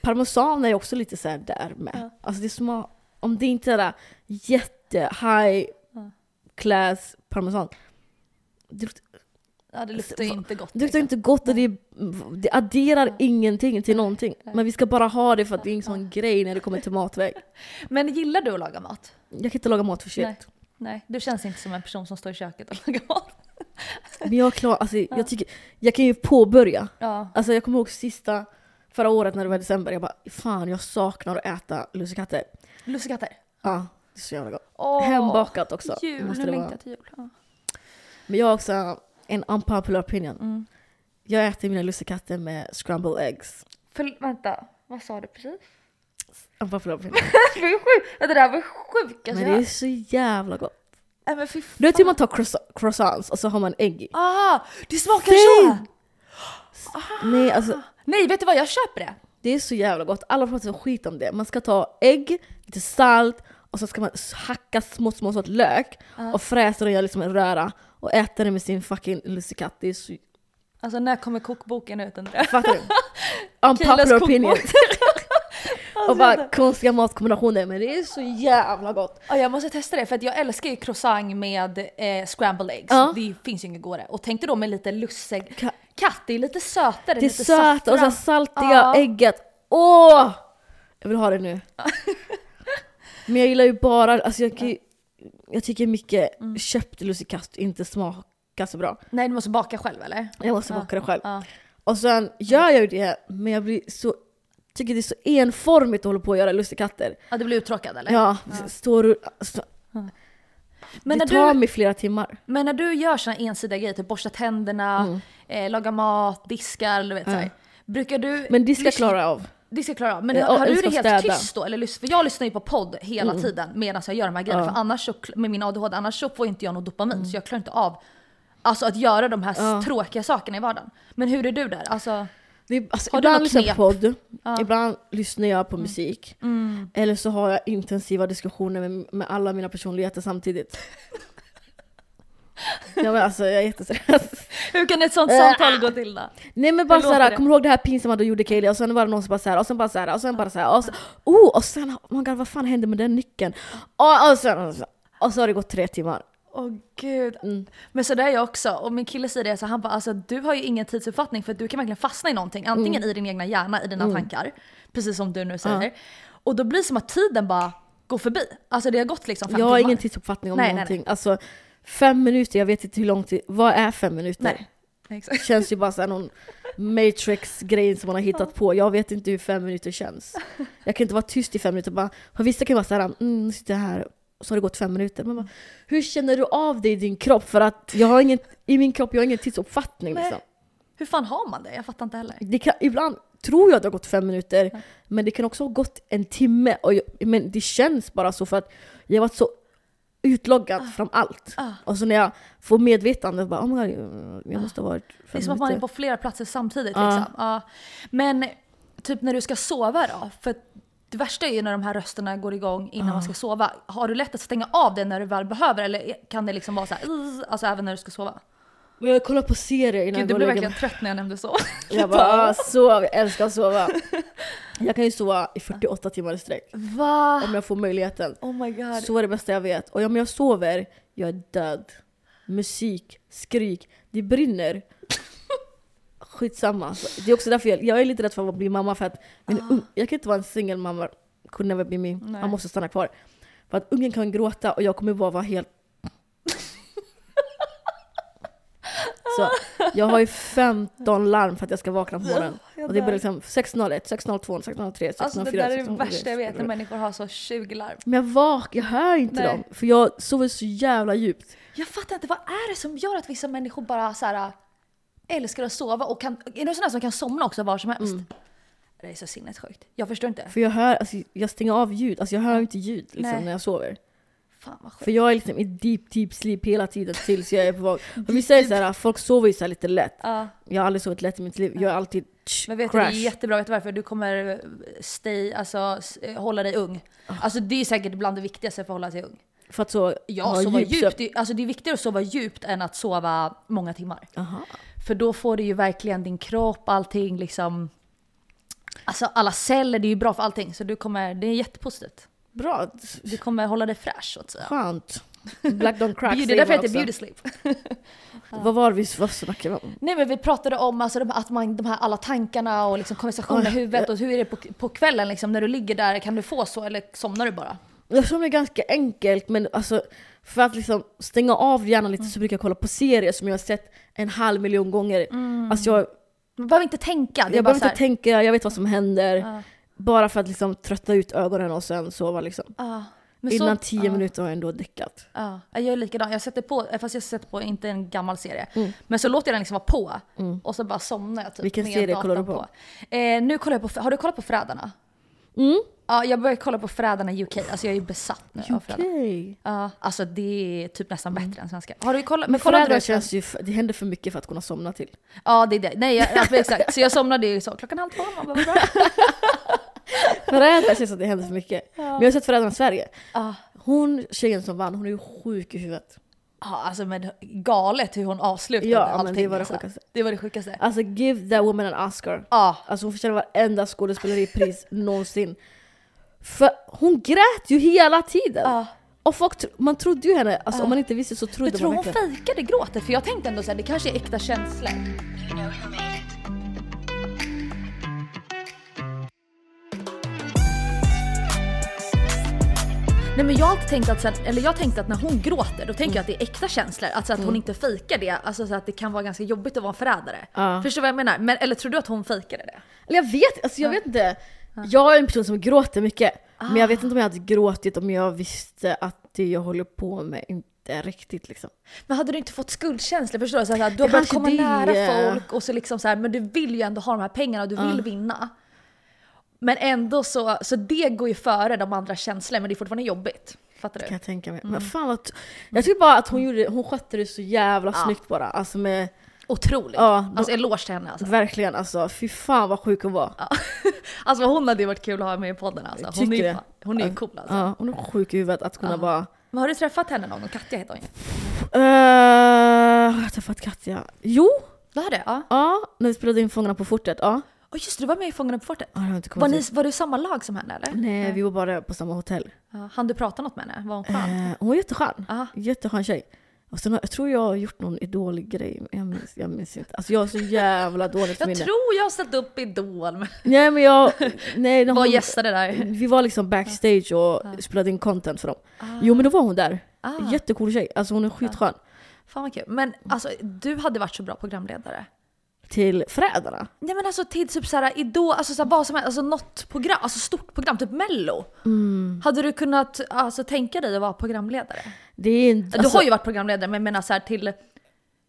Parmesan är också lite såhär där med. Alltså det är sma- om det inte är där jätte high class parmesan. Det luktar,
Ja, det luktar ju inte gott.
det luktar
liksom.
inte gott och det, det adderar ingenting till någonting. Men vi ska bara ha det för att det är en sån grej när det kommer till matväg.
Men gillar du att laga mat?
Jag kan inte laga mat för shit.
Nej. Nej, du känns inte som en person som står i köket och lagar mat.
Men jag klarar, alltså jag tycker, jag kan ju påbörja.
Ja.
Alltså jag kommer ihåg sista, förra året när det var december, jag bara fan jag saknar att äta lussekatter.
Lussekatter.
Ja, det är så jävla gott.
Åh,
Hembakat också.
Jul,
måste
nu
det
längtar
vara.
jag till jul. Ja.
Men jag har också en unpopular opinion.
Mm.
Jag äter mina lussekatter med scrambled eggs.
För, vänta, vad sa du precis?
Unpopular opinion.
Det var ju sjukt! Det där var sjukt!
Men det är så jävla gott.
Nej men fy fan.
Du vet hur man tar croissa- croissants och så har man ägg i?
Ah, det smakar
Fy!
så! Ah.
Nej alltså
Nej vet du vad, jag köper det!
det är så jävla gott. Alla pratar så skit om det. Man ska ta ägg, lite salt och så ska man s- hacka små små sorts lök och fräsa och göra liksom en röra och äta det med sin fucking lussekatt. Det är så...
Alltså när kommer kokboken ut undrar
Fattar du? Unpopular
Kilos
opinion.
kokbok.
och bara konstiga matkombinationer men det är så jävla gott.
Ja, jag måste testa det för att jag älskar ju croissant med eh, scrambled eggs.
Ja.
Det finns ju inget godare. Och tänk dig då med lite lusseg...
Ka-
Katt, det är lite sötare.
Det är
lite
söt och så här
saffran.
saltiga
Ja.
ägget. Åh! Jag vill ha det nu. men jag gillar ju bara, alltså jag, kan ju, jag tycker mycket
Mm.
köpt lussekast inte smakar så bra.
Nej du måste baka själv eller?
Jag måste baka det själv.
Ja.
Och sen gör jag ju det men jag blir så, tycker det är så enformigt att hålla på och göra lussekatter.
Ja du blir uttråkad eller?
Ja, står och, stå,
men,
det
när
tar
du,
mig flera timmar.
men när du gör såna ensidiga grejer, typ borsta tänderna,
Mm.
eh, laga mat, diskar eller vet så här. Brukar du...
Men det ska jag
lys-
klara av.
Det ska jag klara av. Men
Ja,
har, har
eller
du det
ska
helt
städa. Mm.
tyst då? Eller, lys- för jag lyssnar ju på podd hela tiden medan jag gör de här grejerna. För annars så, kl- med min ADHD, annars så får inte jag något dopamin
Mm.
så jag klarar inte av Alltså att göra de här s- tråkiga sakerna i vardagen. Men hur är du där? Alltså,
Det är, alltså,
Har du
ibland
något
lyssnar jag på podd,
Ja. Mm.
ibland lyssnar jag på musik. Eller så har jag intensiva diskussioner med, med alla mina personligheter samtidigt. ja, men alltså, jag är jätteseriös.
Hur kan ett
Eh,
sånt
ah.
samtal gå till då?
Nej men bara
Hur låter
såhär,
det?
kommer du ihåg det här pinsamma du gjorde Kaeli? Och sen var det någon som bara såhär, och sen bara såhär, och sen bara såhär, och sen, oh, och sen, oh my god vad fan hände med den nyckeln? Och, och sen, och, sen, och så har det gått tre timmar.
Åh gud.
Mm.
Men så där är jag också. Och min kille säger det, så han bara alltså, du har ju ingen tidsuppfattning för att du kan verkligen fastna i någonting.
Mm.
Antingen i din egna hjärna, i dina tankar. Precis som du nu säger. Och då blir det som att tiden bara går förbi. Alltså det har gått liksom fem
Jag har
timmar.
ingen tidsuppfattning om
Nej, nej,
någonting. Alltså fem minuter, jag vet inte hur lång tid, vad är fem minuter?
Nej. Exakt.
Känns ju bara såhär någon matrix-grej som man har hittat på. Jag vet inte hur fem minuter känns. Jag kan inte vara tyst i fem minuter. Bara, för vissa kan ju vara såhär, mm, nu sitter jag här och så har det gått fem minuter. Man bara, hur känner du av det i din kropp? För att jag har ingen, i min kropp, jag har ingen tidsuppfattning
Nej.
liksom.
Hur fan har man det? Jag fattar inte heller.
Det kan, ibland tror jag att det har gått fem minuter, men det kan också ha gått en timme. Och jag, men det känns bara så för att jag har varit så utloggad från allt.
Ah.
Och så när jag får medvetandet, bara, oh my God, jag måste ha varit fem
Det är som
minuter.
att man är på flera platser samtidigt.
Ja.
Liksom. Ja. Men typ när du ska sova då? För det värsta är ju när de här rösterna går igång innan man ska sova. Har du lätt att stänga av det när du väl behöver eller kan det liksom vara så här, "Ugh", alltså även när du ska sova?
Men jag kollar på serier
Gud, du
innan jag går
blev
och lägger
verkligen
mig.
trött när jag nämnde så.
Jag bara, ah, sov, jag älskar att sova. Jag kan ju sova i 48 timmar i sträck.
Va?
Om jag får möjligheten.
Oh my god.
Sova är det bästa jag vet. Och om jag sover, jag är död. Musik, skrik, det brinner. Skitsamma. alltså. Det är också därför jag, jag är lite rädd för att bli mamma. För att min ung, jag kan inte vara en singelmamma. Could never be me.
Ah. Nej.
Man måste stanna kvar. För att ungen kan gråta och jag kommer bara vara helt... Så jag har ju 15 larm för att jag ska vakna på morgonen.
Jag
Och det blir
dör.
liksom 601, 602, 603, 604,
Alltså det där är det
604.
värsta jag vet
Mm.
när människor har så 20 larm.
Men jag vak, jag hör inte
Nej.
dem. För jag sover så jävla djupt.
Jag fattar inte, vad är det som gör att vissa människor bara så här, äh, älskar att sova och kan, är det sådana som kan somna också var som helst? Det är så sinnessjukt. Jag förstår inte.
För jag hör, alltså, jag stänger av ljud. Alltså jag hör inte ljud
Nej.
liksom, när jag sover.
Fan vad sjukt.
För jag är liksom i deep deep sleep hela tiden tills jag är på vak. Och vissa är såhär, folk sover ju såhär lite lätt.
Ja.
Jag har aldrig sovit lätt i mitt liv. Jag är alltid tsch,
Men vet du, det
crash.
är jättebra, vet du varför? Du kommer stay, alltså, s- eh, hålla dig ung. Alltså det är säkert bland det viktigaste för att hålla sig ung.
För att så,
Ja,
ha
sova
djup
djupt.
sömn.
Det, är- alltså, det är viktigare att sova djupt än att sova många timmar.
Aha.
För då får du ju verkligen din kropp, allting liksom. Alltså alla celler, det är ju bra för allting. Så du kommer, det är jättepositivt.
Bra,
Du kommer hålla dig fräsch så att säga.
skönt. Black don't crack
Beauty, det är
säger
därför
man
det heter
också.
beauty sleep.
Vad var vi, vad snackade vi om?
Nej men vi pratade om alltså, de, här- att man, de här alla tankarna och liksom konversationer i huvudet. Och hur är det på, på kvällen liksom, när du ligger där? Kan du få så eller somnar du bara?
Jag somnar ganska enkelt men alltså för att liksom stänga av hjärnan
Mm.
lite så brukar jag kolla på serier som jag har sett en halv miljon gånger. Alltså jag,
Man behöver inte tänka. Mm. Det är
jag
bara
behöver
så här,
inte tänka, jag vet vad som händer. Bara för att liksom trötta ut ögonen och sen sova liksom.
ah, men
Innan
så,
tio
ah,
minuter har jag ändå däckat.
Ja, jag är likadan. Jag sätter på, fast jag sätter på inte en gammal serie. Men så låter jag den liksom vara på och så bara somnar jag typ
Mm. Vilken
med
serie kollar du
datan
på?
Eh, nu kollar jag på, har du kollat på Förrädarna?
Mm.
Ja, jag börjar kolla på Förrädarna UK. Alltså jag är ju besatt nu av
Okej.
Förrädarna. Ja, alltså det är typ nästan bättre än svenska. Har du kollat?
Mm. Men
kollar inte
föräldrar
du svenska?
känns ju, för, det händer för mycket för att kunna somna till.
Ja, det är det. Nej, jag, alltså, exakt. Så jag somnade ju så klockan halv två. Man bara, vad bra.
Föräldrar känns att det händer för mycket. Men jag har sett Föräldrarna Sverige.
Ja.
Hon, tjejen som vann, hon är ju sjuk i huvudet.
Ja, alltså men galet hur hon avslutade
Ja, men
allting.
det var det
alltså.
sjukaste.
Det var det sjukaste. Ja.
Alltså give that woman an Oscar. Alltså hon förtjänar varenda skådespeleripris någonsin. För hon grät ju hela tiden!
Ja.
Och folk, tro- man trodde ju henne, alltså om man inte visste så trodde
Du tror
man
hon
verkligen.
fejkade gråten? För jag tänkte ändå såhär, det kanske är äkta känslor. Nej men jag har alltid tänkt att, sen, eller jag tänkte att när hon gråter då tänker jag att det är äkta känslor. Alltså att
Mm.
hon inte fejkar det. Alltså så att det kan vara ganska jobbigt att vara en förrädare.
Ja.
Förstår du vad jag menar? Men, eller tror du att hon fejkade det?
Eller jag vet, alltså jag vet inte. Jag är en person som gråter mycket. Men jag
Ah.
vet inte om jag hade gråtit om jag visste att det jag håller på med inte är riktigt liksom.
Men hade du inte fått skuldkänslor? Förstår du? Så här, du har
Det
börjat
kanske
komma
det.
nära folk och så liksom så här, men du vill ju ändå ha de här pengarna och du vill vinna. Men ändå så, så det går ju före de andra känslorna men det är fortfarande jobbigt. Fattar
Kan
du?
jag
Mm.
tänka mig. Men fan vad... t- Jag tycker bara att hon, gjorde, hon skötte det så jävla snyggt bara. Alltså med
otrolig.
Ja, de-
Alltså eloge till henne alltså.
Verkligen alltså, fy fan vad sjuk hon var.
Alltså hon hade ju varit kul att ha med i podden alltså. Hon är
Tycker
ju,
det.
fan- hon är ju cool alltså.
Ja, hon är sjuk i huvudet att kunna
Ja.
bara...
Men har du träffat henne någon gång? Katja heter hon ju.
Uh, har Eh, jag träffat Katja? Jo!
Du har det? Ja.
Ja, när vi spelade in Fångarna på fortet. Ja.
Och just det, du var med i Fångarna på fortet.
Ja, det har jag inte kommit
Var, ni,
ihåg.
var du i samma lag som henne eller?
Nej, vi var bara på samma hotell.
Ja, hann du prata något med henne? Var hon skön?
Eh, hon var jätteskön.
Ja.
Jätteskön tjej. Och sen, har- jag tror jag har gjort någon idolgrej, men jag minns, jag minns inte. Alltså jag har så jävla dåligt minne.
Jag tror jag har ställt upp i Idol. men
Nej men jag... Nej, när
Var
hon-
gästade där.
Vi var liksom backstage och spelade in content för dem. Jo men då var hon där.
Ah.
Jättecool tjej. Alltså hon är skitskön.
Fan vad kul. Men alltså du hade varit så bra programledare.
Till Förrädarna.
Nej men alltså till typ såhär Idol, alltså såhär, vad som helst, alltså något program, alltså stort program, typ mello. Hade du kunnat alltså, tänka dig att vara programledare?
Det är alltså- inte...
du har ju varit programledare men jag menar såhär till,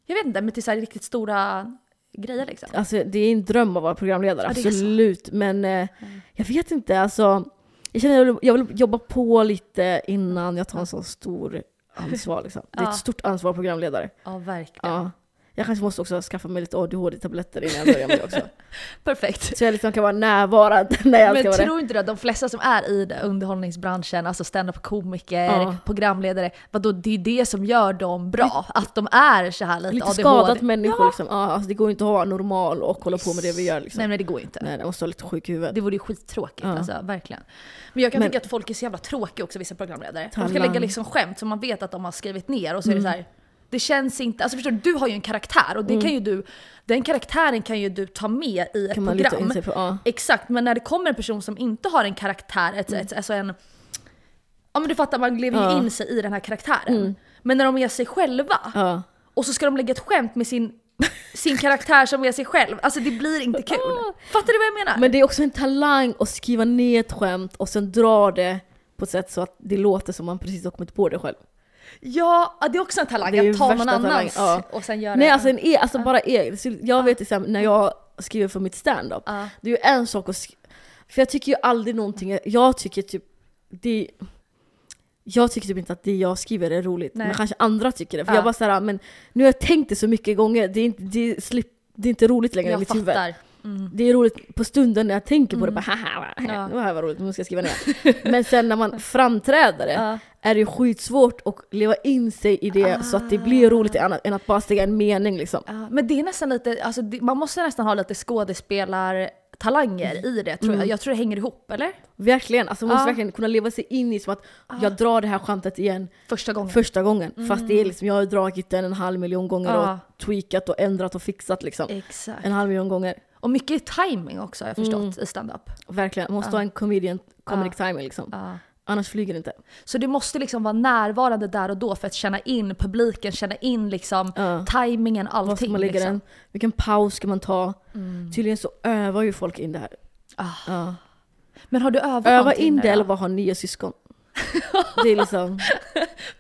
jag vet inte, men till såhär riktigt stora grejer liksom.
Alltså det är en dröm att vara programledare,
Ja, det är så. Mm.
absolut. Men eh, jag vet inte, alltså. Jag känner att jag vill, jag vill jobba på lite innan jag tar en sån stor ansvar liksom. Det är
Ja.
ett stort ansvar att vara programledare.
Ja
Ja.
verkligen.
Jag kanske måste också skaffa mig lite ADHD-tabletter innan jag börjar med det också.
Perfekt.
Så jag liksom kan vara närvarande när jag ska
Men
vara det.
tror inte du att de flesta som är i det, underhållningsbranschen, alltså stand-up komiker,
Ja.
programledare, vadå det är det som gör dem bra? Att de är så här lite,
Lite
ADHD.
skadat människor liksom. Ja, alltså, det går ju inte att vara normal och hålla på med det vi gör liksom.
Nej
Nej,
men det går ju inte.
Nej det måste vara lite sjuk i huvudet.
Det vore ju skittråkigt
Ja.
alltså, verkligen. Men jag kan
Men-
tycka att folk är så jävla tråkiga också, vissa programledare. De
Talang. Mm.
ska lägga liksom skämt som man vet att de har skrivit ner och så är det så här. Det känns inte, alltså förstår du, du har ju en karaktär och det kan ju du, den karaktären kan ju du ta med i ett
Kan man lita
program.
in sig på. Ja.
Exakt, men när det kommer en person som inte har en karaktär, ett, ett, alltså en... Ja men du fattar, man lever ju
Mm. Ja. Mm.
in sig i den här karaktären. Men när de är sig själva,
Ja.
och så ska de lägga ett skämt med sin, sin karaktär som är sig själv, alltså det blir inte kul. Fattar du vad jag menar?
Ah. Men det är också en talang att skriva ner ett skämt och sen dra det på ett sätt så att det låter som man precis har kommit på det själv.
Ja, det är också en talang.
Det är ju
Att ta någon
värsta talang,
annans
ja.
och sen göra
Nej
det.
alltså, en e- alltså bara e- så Jag vet till exempel när jag skriver för mitt stand-up,
Ja.
det är ju en sak att sk- För jag tycker ju aldrig någonting, jag tycker typ det jag tycker typ inte att det jag skriver är roligt,
Nej.
men kanske andra tycker det. För
Ja.
jag bara såhär, men nu har jag tänkt det så mycket gånger, det är inte, det är slip, det är inte roligt längre i
jag
mitt huvud.
fattar. Mm.
Det är roligt på stunden när jag tänker på det, bara haha,
Ja.
det här var roligt, nu ska jag skriva ner. Men sen när man framträder det,
Ja.
är det ju skitsvårt att leva in sig i det så att det
Ah.
blir roligt i annat än att bara stiga en mening liksom.
Ja, Men det är nästan lite, alltså, det, man måste nästan ha lite skådespelartalanger
Mm.
i det tror jag. Jag tror det hänger ihop, eller?
Verkligen, alltså man måste
Ja.
verkligen kunna leva sig in i som att jag drar det här skämtet igen
Första gången.
första gången. Fast det är liksom, jag har dragit den en halv miljon gånger
Mm. Ja.
och tweakat och ändrat och fixat liksom.
Exakt.
En halv miljon gånger. Och
Och mycket timing också har jag förstått
Mm.
i stand-up.
Verkligen, man måste ha en comedian, comedic timing liksom.
Ja.
Annars flyger det inte.
Så du måste liksom vara närvarande där och då för att känna in publiken, känna in liksom
Ja.
tajmingen, allting.
Var ska man lägga
liksom.
den? Vilken paus ska man ta?
Mm.
Tydligen så övar ju folk in det här.
Ah.
Ja.
Men har du övat
Öva
någonting
in
nu
det
då?
eller bara ha nya syskon. det är liksom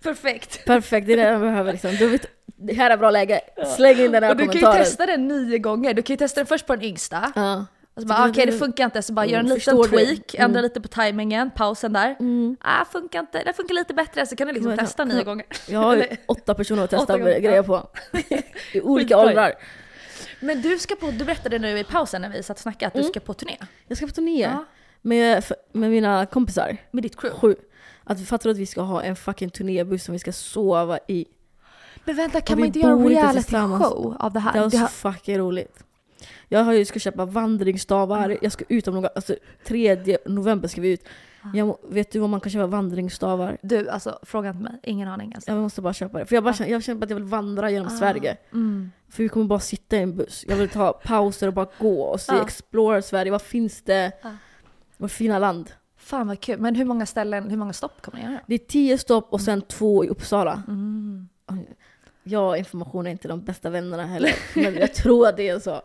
Perfekt.
perfekt, det är det jag behöver liksom. Du vet, det här är bra läge. Släng in den här
Och du kan ju
kommentaren.
testa den nio gånger. Du kan ju testa den först på den yngsta.
Ja.
Och så Alltså bara, okej det funkar inte, så bara gör en
Mm,
liten
förstår du?
tweak, ändra lite på tajmingen, pausen där.
Mm.
Ah, funkar inte, det funkar lite bättre så kan du liksom
Men,
testa
ja.
nio gånger.
Jag har ju
Eller-
åtta personer att testa
Åtta gånger,
grejer
ja.
på. I olika
Skitbra.
åldrar.
Men du ska på, du berättade nu i pausen när vi satt och snackade att du ska på turné
Jag ska på turné
Ja.
med, med mina kompisar.
med ditt crew.
Sju. Att vi fattar att vi ska ha en fucking turnébuss som vi ska sova i.
Men vänta,
Och
kan
vi
man inte göra en
bor inte
reality
tillsammans.
show av det här?
Det var
Ah, Det
så
har,
fucking roligt. Jag har ju, ska köpa
Ah.
vandringsstavar, jag ska ut om några, alltså 3 november ska vi ut.
Ah.
Jag, må- vet du vad man kan köpa vandringsstavar?
du, alltså fråga inte mig, ingen aning alltså. Ah,
Jag måste bara köpa det. För jag, bara känner, jag känner bara att jag vill vandra genom Sverige.
Mm.
För vi kommer bara sitta i en buss. Jag vill ta pauser och bara gå och se,
Ja.
explore Sverige. Vad finns det?
Ja.
Vårt fina land.
Fan vad kul, men hur många ställen, hur många stopp kommer ni göra?
Det är 10 stopp och
Mm.
sen två i Uppsala. Jag och information är inte de bästa vännerna heller. Men jag tror att det är så.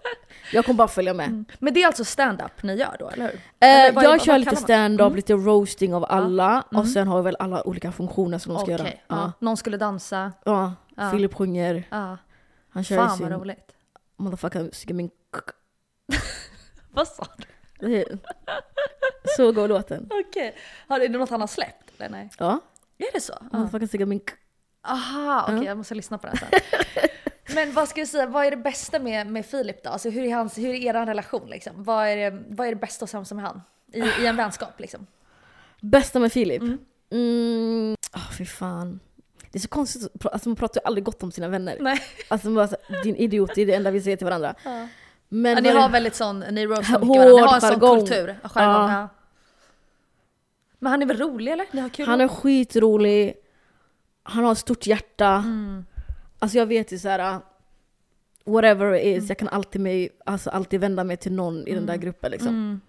Jag kommer bara följa med.
Men det är alltså stand-up ni gör då, eller hur?
Eh,
Eller vad-
jag
vad
kör
kallar
lite
man? Mm.
stand-up, lite roasting av alla och sen har vi väl alla olika funktioner som de ska
Okej,
göra.
ja.
Ja.
någon skulle dansa.
Ja.
Ja.
Filip sjunger,
Ja.
han kör ju
Fan vad
sin
roligt.
motherfucker suger min kuk.
Vad sa du?
Det är- Så går låten.
Okej. Har Är det något han har släppt? Eller nej?
Ja,
Är det så?
motherfucker suger min kuk.
Aha, okej
Mm, Ja.
jag måste lyssna på den sen. Men vad ska jag säga, vad är det bästa med, med Filip då? Alltså hur är, hans, hur är er relation liksom? Vad är det, vad är det bästa att samsas med han? I, I en vänskap liksom?
Bästa med Filip? Mm. Mm. ah, fy fan. Det är så konstigt, alltså man pratar ju aldrig gott om sina vänner.
Nej.
Alltså man bara så, din idiot, det är det enda vi säger till varandra.
Ja.
Men
Ja, ni
vad-
har väldigt sån, ni roastar mycket varandra, ni
Hård
har en sån
jargong.
kultur. Ja, jargong,
Ja.
ja. Men han är väl rolig eller? Ni har kul?
Han är skitrolig, han har ett stort hjärta. Alltså jag vet ju så här. whatever it is, jag kan alltid, mig, alltså alltid vända mig till någon i den där gruppen liksom.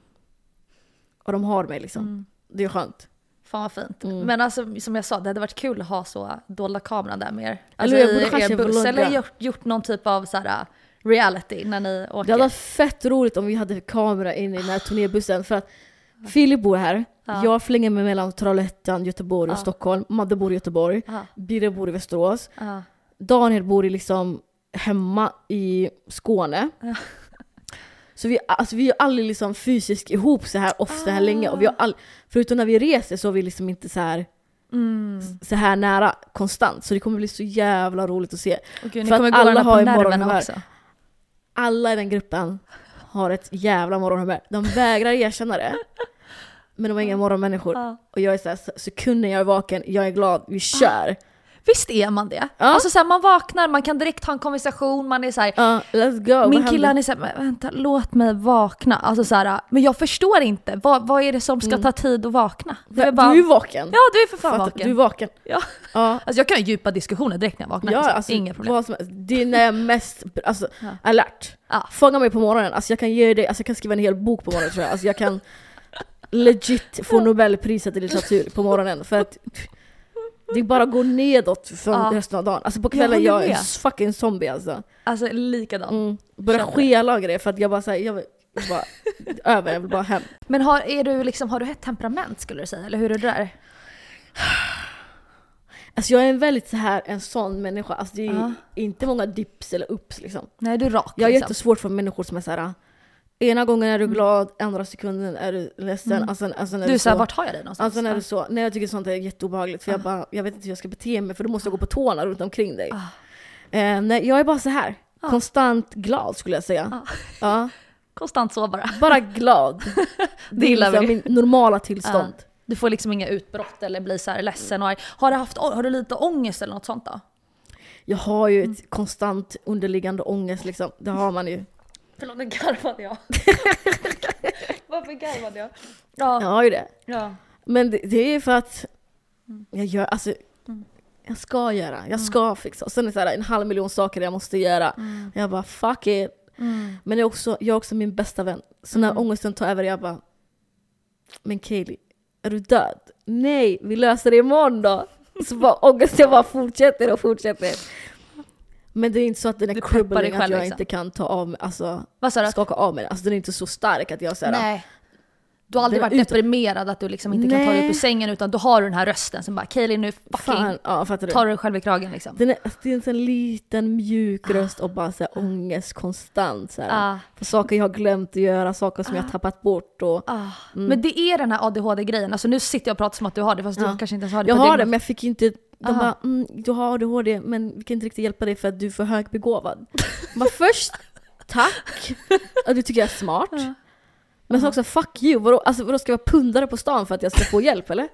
Och de har mig
Mm.
liksom. Det är skönt.
Fan vad fint.
Mm.
Men alltså som jag sa, det hade varit kul att ha så dolda kameran där med er. Alltså
Eller jag borde
i
kanske
er buss.
vlogga.
Eller gjort, gjort någon typ av så här, reality när ni åker.
Det hade varit fett roligt om vi hade kamera inne i den här turnébussen för att Filip bor här,
Ja.
jag flänger mig mellan Trollhättan, Göteborg och Stockholm, Madde bor i Göteborg,
Ja.
Birre bor i Västerås,
Ja.
Daniel bor i liksom hemma i Skåne. Så vi, alltså vi är aldrig liksom fysiskt ihop så här off så här länge. Och vi har all, förutom när vi reser så är vi liksom inte så här, så här nära konstant. Så det kommer bli så jävla roligt att se.
Och gud, ni
För att
kommer gå
alla
varandra
har
på
ju
nerverna
morgonhumör.
också.
Alla i den gruppen har ett jävla morgonhumör. De vägrar erkänna det. Men de är inga morgonmänniskor.
Ja.
Och jag är såhär, sekunden jag är vaken, jag är glad, vi kör.
Visst är man det?
Ja.
Alltså så här, man vaknar, man kan direkt ha en konversation, man är så här,
Ja, let's go. Vad
Min
händer?
kille han är såhär, "Men vänta låt mig vakna. Alltså så här, men jag förstår inte, vad, vad är det som ska ta tid att vakna? Det är
Mm. Du
bara,
är ju vaken.
ja du är för fan
Fattar- Du är
vaken.
vaken.
Ja.
Ja.
Alltså jag kan ha djupa diskussioner direkt när jag vaknar.
Ja,
så,
alltså,
Inga problem.
Vad som, helst. det är när jag är mest alltså,
Ja.
alert.
Ja.
Fånga mig på morgonen, alltså, jag kan ge dig, alltså, jag kan skriva en hel bok på morgonen tror jag. Alltså, jag kan legit få Nobelpriset i litteratur på morgonen för att det bara går nedåt från
Ja.
resten av dagen. Alltså på
Jag håller
kvällen jag är en
med.
fucking zombie alltså.
Alltså likadant.
Mm. Börjar
Känner.
skela och grejer för att jag bara säger jag vill bara över, jag vill bara hem.
Men har, är du liksom, har du ett temperament skulle du säga? Eller hur är det där?
Alltså jag är en väldigt så här en sån människa, alltså det är
Ja.
inte många dips eller ups liksom.
Nej du är rak
Jag har
liksom.
jättesvårt för människor som är såhär Ena gången är du glad, andra sekunden är du ledsen.
Mm.
Alltså, alltså när
Du är
så,
såhär, vart har jag dig någonstans?
Alltså när
Ja.
du så. Nej jag tycker sånt är jätteobehagligt för jag
Ah.
bara, jag vet inte hur jag ska bete mig för då måste jag gå på tårna runt omkring dig.
Ah.
Eh, nej, jag är bara så här.
Ah.
Konstant glad skulle jag säga.
Ah.
Ja.
Konstant så bara.
Bara glad. det är
gillar
liksom
vi.
min normala tillstånd.
Du får liksom inga utbrott eller blir så här ledsen och arg. Har du, haft, har du lite ångest eller något sånt då?
Jag har ju
Mm.
ett konstant underliggande ångest liksom. Det har man ju.
Förlåt nu garvade jag. Varför garvade jag?
Jag
Ja.
har ju det.
ja.
Men det, det är för att
Mm.
jag gör, alltså jag ska göra, jag ska fixa. Och sen är det så här, en halv miljon saker jag måste göra.
Mm.
Jag bara fuck it. Men jag är, också, jag är också min bästa vän. Så
Mm.
när ångesten tar över jag bara Men Kaeli, är du död? Nej, vi löser det imorgon då. Så bara ångesten bara fortsätter och fortsätter. Men det är inte så att den är
Du peppar dig
cribbling att
själv,
jag
liksom.
inte kan ta av mig, alltså
Vad sa du?
skaka av mig Alltså den är inte så stark att jag såhär
Nej. Du har aldrig
Det var
varit deprimerad att du liksom inte kan ta dig upp
Nej.
ur sängen utan då har du den här rösten som bara Kaeli nu fucking
Fan, ja, fattar du?
tar du dig själv i kragen liksom.
Den är, alltså, det är en sån liten mjuk röst och bara så här, ångest konstant. Så här.
Ah.
För saker jag har glömt att göra, saker som jag har tappat bort. Och,
Ah. Men det är den här ADHD-grejen, alltså nu sitter jag och pratar som att du har det fast du kanske inte ens har det
jag
på Ah.
har det
dygnet.
men jag fick inte... De
Aha.
bara mm, “du har ADHD men vi kan inte riktigt hjälpa dig för att du är för högbegåvad”. Men först, tack! Och du tycker jag är smart.
Ah. Mm.
Men så också “fuck you”, vadå, alltså, vadå ska jag vara pundare på stan för att jag ska få hjälp eller?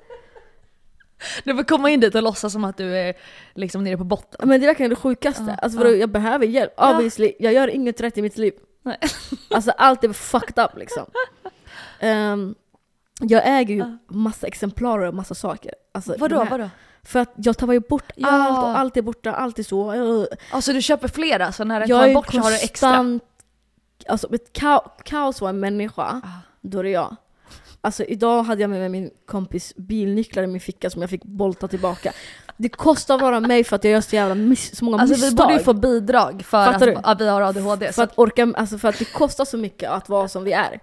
Du får komma in dit och låtsas som att du är liksom nere på botten.
Men det är verkligen det sjukaste.
Ja,
Alltså
ja.
vadå, jag behöver hjälp.
Ja.
Obviously, jag gör inget rätt i mitt liv.
Nej.
Alltså allt är fucked up liksom. Ehm, jag äger ju massa exemplar och massa saker. Alltså, de
Vadå,
här-
vadå?
För att jag tappar ju bort
Ja.
allt och allt är borta, allt är så. eh,
Alltså du köper flera så när det
Jag
kommer
är
bort så har du extra.
konstant... Alltså ett kaos, kaos var en människa, då är det jag. Alltså idag hade jag med mig min kompis bilnycklar i min ficka som jag fick bolta tillbaka. Det kostar bara mig för att jag gör så jävla miss, så många
Alltså vi
misstag.
borde ju få bidrag för
Fattar
att,
du?
att vi har ADHD. Så
för, att orka, alltså för att det kostar så mycket att vara som vi är.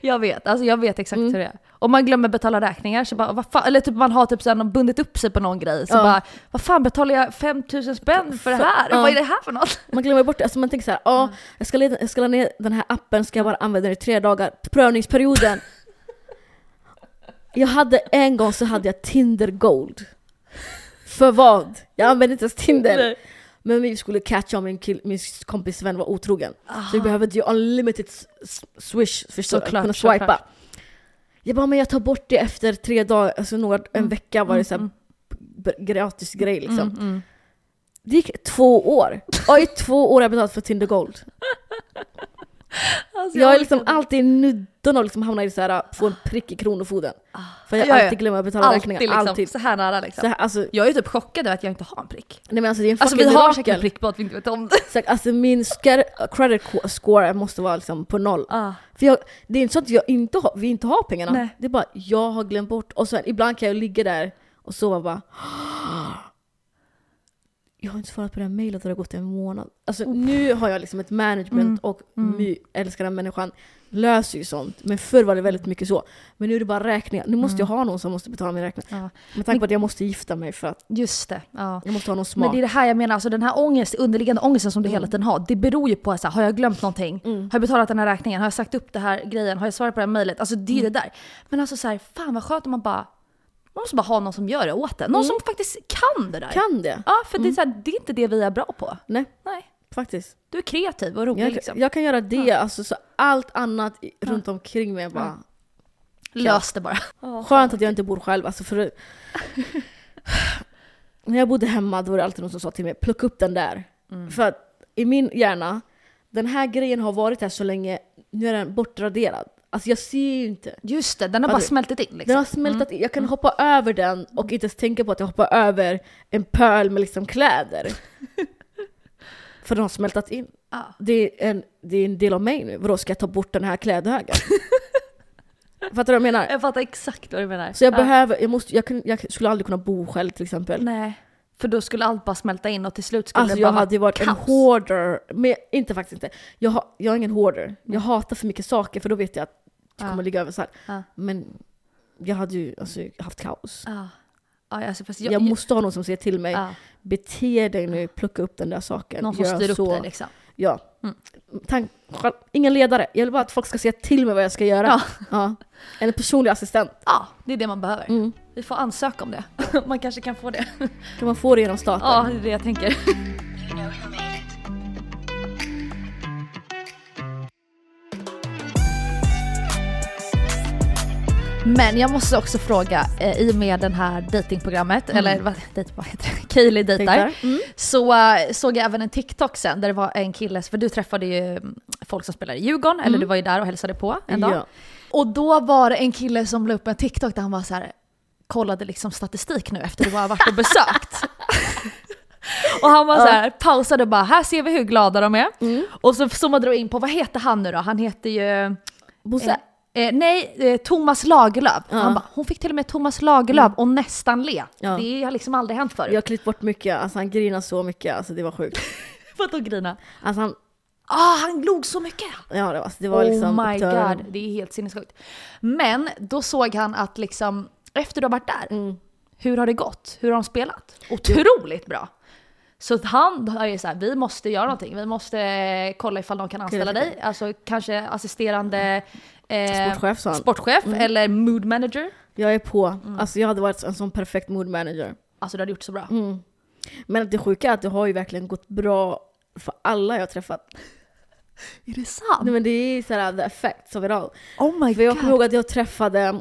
Jag vet, alltså jag vet exakt hur det är. Och man glömmer betala räkningar, så bara, vad fan? eller typ man har typ så här, någon bundit upp sig på någon grej, så
Ja.
bara vad fan betalar jag 5000 spänn för det här?
Ja.
Vad är det här för något?
Man glömmer bort det. Alltså man tänker så här, ja,
Mm.
jag, ska leda, jag ska ladda ner den här appen, ska jag bara använda den i tre dagar. Prövningsperioden. jag hade en gång så hade jag Tinder Gold. För vad? Jag använde inte ens Tinder. Men vi skulle catcha om min, kill, min kompis vän var otrogen. Så vi behövde ju unlimited s- s- swish förstår du,
Ah. Såklart,
kunna swipa.
såklart.
Jag bara, men jag tar bort det efter tre dagar, alltså några,
Mm,
en vecka var det så här, b- gratis grej liksom.
mm.
Det gick två år. Och i två år har jag betalat för Tinder Gold.
Alltså,
Jag är
orkar
liksom
inte.
alltid nudden och liksom hamnar i så här, få en prick i Kronofogden. För jag
Ah. Ja, ja.
alltid glömmer att betala
alltid,
räkningar.
liksom,
Alltid.
så här nära liksom.
Så här, alltså,
Jag är typ chockad över att jag inte har en prick.
nej men alltså det är en
Alltså
fucking
vi har
mirakel.
en prick bara att vi inte vet om det.
Så, alltså min scar- credit qu- score måste vara liksom på noll.
Ah.
För jag, det är inte så att jag inte har, vi inte har pengarna.
Nej.
Det är bara jag har glömt bort. Och sen ibland kan jag ligga där och sova och bara Jag har inte svarat på det här mejlet och det har gått en månad. Alltså nu har jag liksom ett
Mm.
management och my, älskar den människan löser ju sånt. Men förr var det väldigt mycket så. Men nu är det bara räkningar. Nu måste jag ha någon som måste betala min räkning.
Mm. Ja.
Med tanke på att jag måste gifta mig för att
Just det. Ja.
jag måste ha någon
Men
smart. Mm.
det är det här jag menar, alltså den här ångest, underliggande ångesten som du hela tiden har, det beror ju på så här, har jag glömt någonting? Har jag betalat den här räkningen? Har jag sagt upp det här grejen? Har jag svarat på det här mejlet? Alltså det är ju
Mm.
det där. Men alltså så här, fan vad skönt om man bara, man måste bara ha någon som gör det åt en. Någon som faktiskt kan det där.
Mm. Kan det?
Ja, för det, är så här, det är inte det vi är bra på.
Nej,
Nej.
faktiskt.
Du är kreativ och rolig
Jag,
liksom.
jag kan göra det, alltså, så allt annat i, runt omkring mig bara...
Lös det bara.
Skönt att jag inte bor själv, alltså för... När jag bodde hemma då var det alltid någon som sa till mig plocka upp den där. För att i min hjärna, den här grejen har varit här så länge, nu är den bortraderad. Alltså jag ser ju inte.
Just det, den har
Fattar
bara
du?
smältit in liksom.
Den har smältat in. Jag kan hoppa över den och inte ens tänka på att jag hoppar över en pöl med liksom kläder. För den har smältat in.
Ja.
Det är, en, det är en del av mig nu. Vadå, ska jag ta bort den här klädhögen? Fattar du vad jag menar?
Jag fattar exakt vad du menar.
Så jag
Ja.
behöver, jag, måste, jag, kan, jag skulle aldrig kunna bo själv till exempel.
Nej. För då skulle allt bara smälta in och till slut skulle
Alltså
det
jag
bara
hade ju varit en
kaos.
hoarder, men inte faktiskt inte. Jag, har, jag är ingen hoarder. Jag hatar för mycket saker för då vet jag att det
Ja.
kommer ligga över så här.
Ja.
Men jag hade ju alltså, haft kaos.
Ja. Ja, alltså, fast
Jag,
jag,
måste ha någon som säger till mig,
ja.
bete dig nu, plocka upp den där saken.
Någon som
gör
styr upp
så.
dig liksom.
Ja. Tank, själv- ingen ledare, jag vill bara att folk ska säga till mig vad jag ska göra.
Ja.
Ja. En personlig assistent.
Ja, det är det man behöver.
Mm.
Vi får ansöka om det. Man kanske kan få det.
Kan man få det genom staten?
Ja, det är det jag tänker. Men jag måste också fråga, eh, i och med den här datingprogrammet,
Mm.
eller vad, dejt, vad heter det? Kaeli dejtar.
Dejtar, mm.
Så eh, såg jag även en TikTok sen där det var en kille, för du träffade ju mm, folk som spelar i Djurgården, eller du var ju där och hälsade på en dag.
Mm. Ja.
Och då var det en kille som la upp en TikTok där han var så här kollade liksom statistik nu efter du har varit och besökt. och han var så här, pausade och bara “här ser vi hur glada de är”.
Mm.
Och så zoomade de in på, vad heter han nu då? Han heter ju...
Bosse,
Eh, eh, nej, eh, Thomas Lagerlöf. Han bara, hon fick till och med Thomas Lagerlöf och nästan le.
Mm. Ja.
Det har liksom aldrig hänt förut.
jag har klippt bort mycket, alltså han grinar så mycket, alltså det var sjukt.
Vadå grina?
Alltså han,
Ah, han log så mycket!
ja det var, alltså, det var liksom...
oh my
upptörande.
god, det är helt sinnessjukt. Men då såg han att liksom, efter du har varit där,
Mm.
hur har det gått? Hur har de spelat? Otroligt bra! Så att han är så här, vi måste göra någonting. Vi måste eh, kolla ifall de kan anställa dig. Alltså kanske assisterande eh,
Sportchef, sa han.
sportchef Mm. eller mood manager.
Jag är på.
mm.
Alltså jag hade varit en sån perfekt mood manager. Mm.
Alltså du hade gjort så bra.
Men det sjuka är att det har ju verkligen gått bra för alla jag har träffat.
Är det sant?
Nej, men det är så här the effects of it all.
Mm. Oh my
För jag kommer
god.
ihåg att jag träffade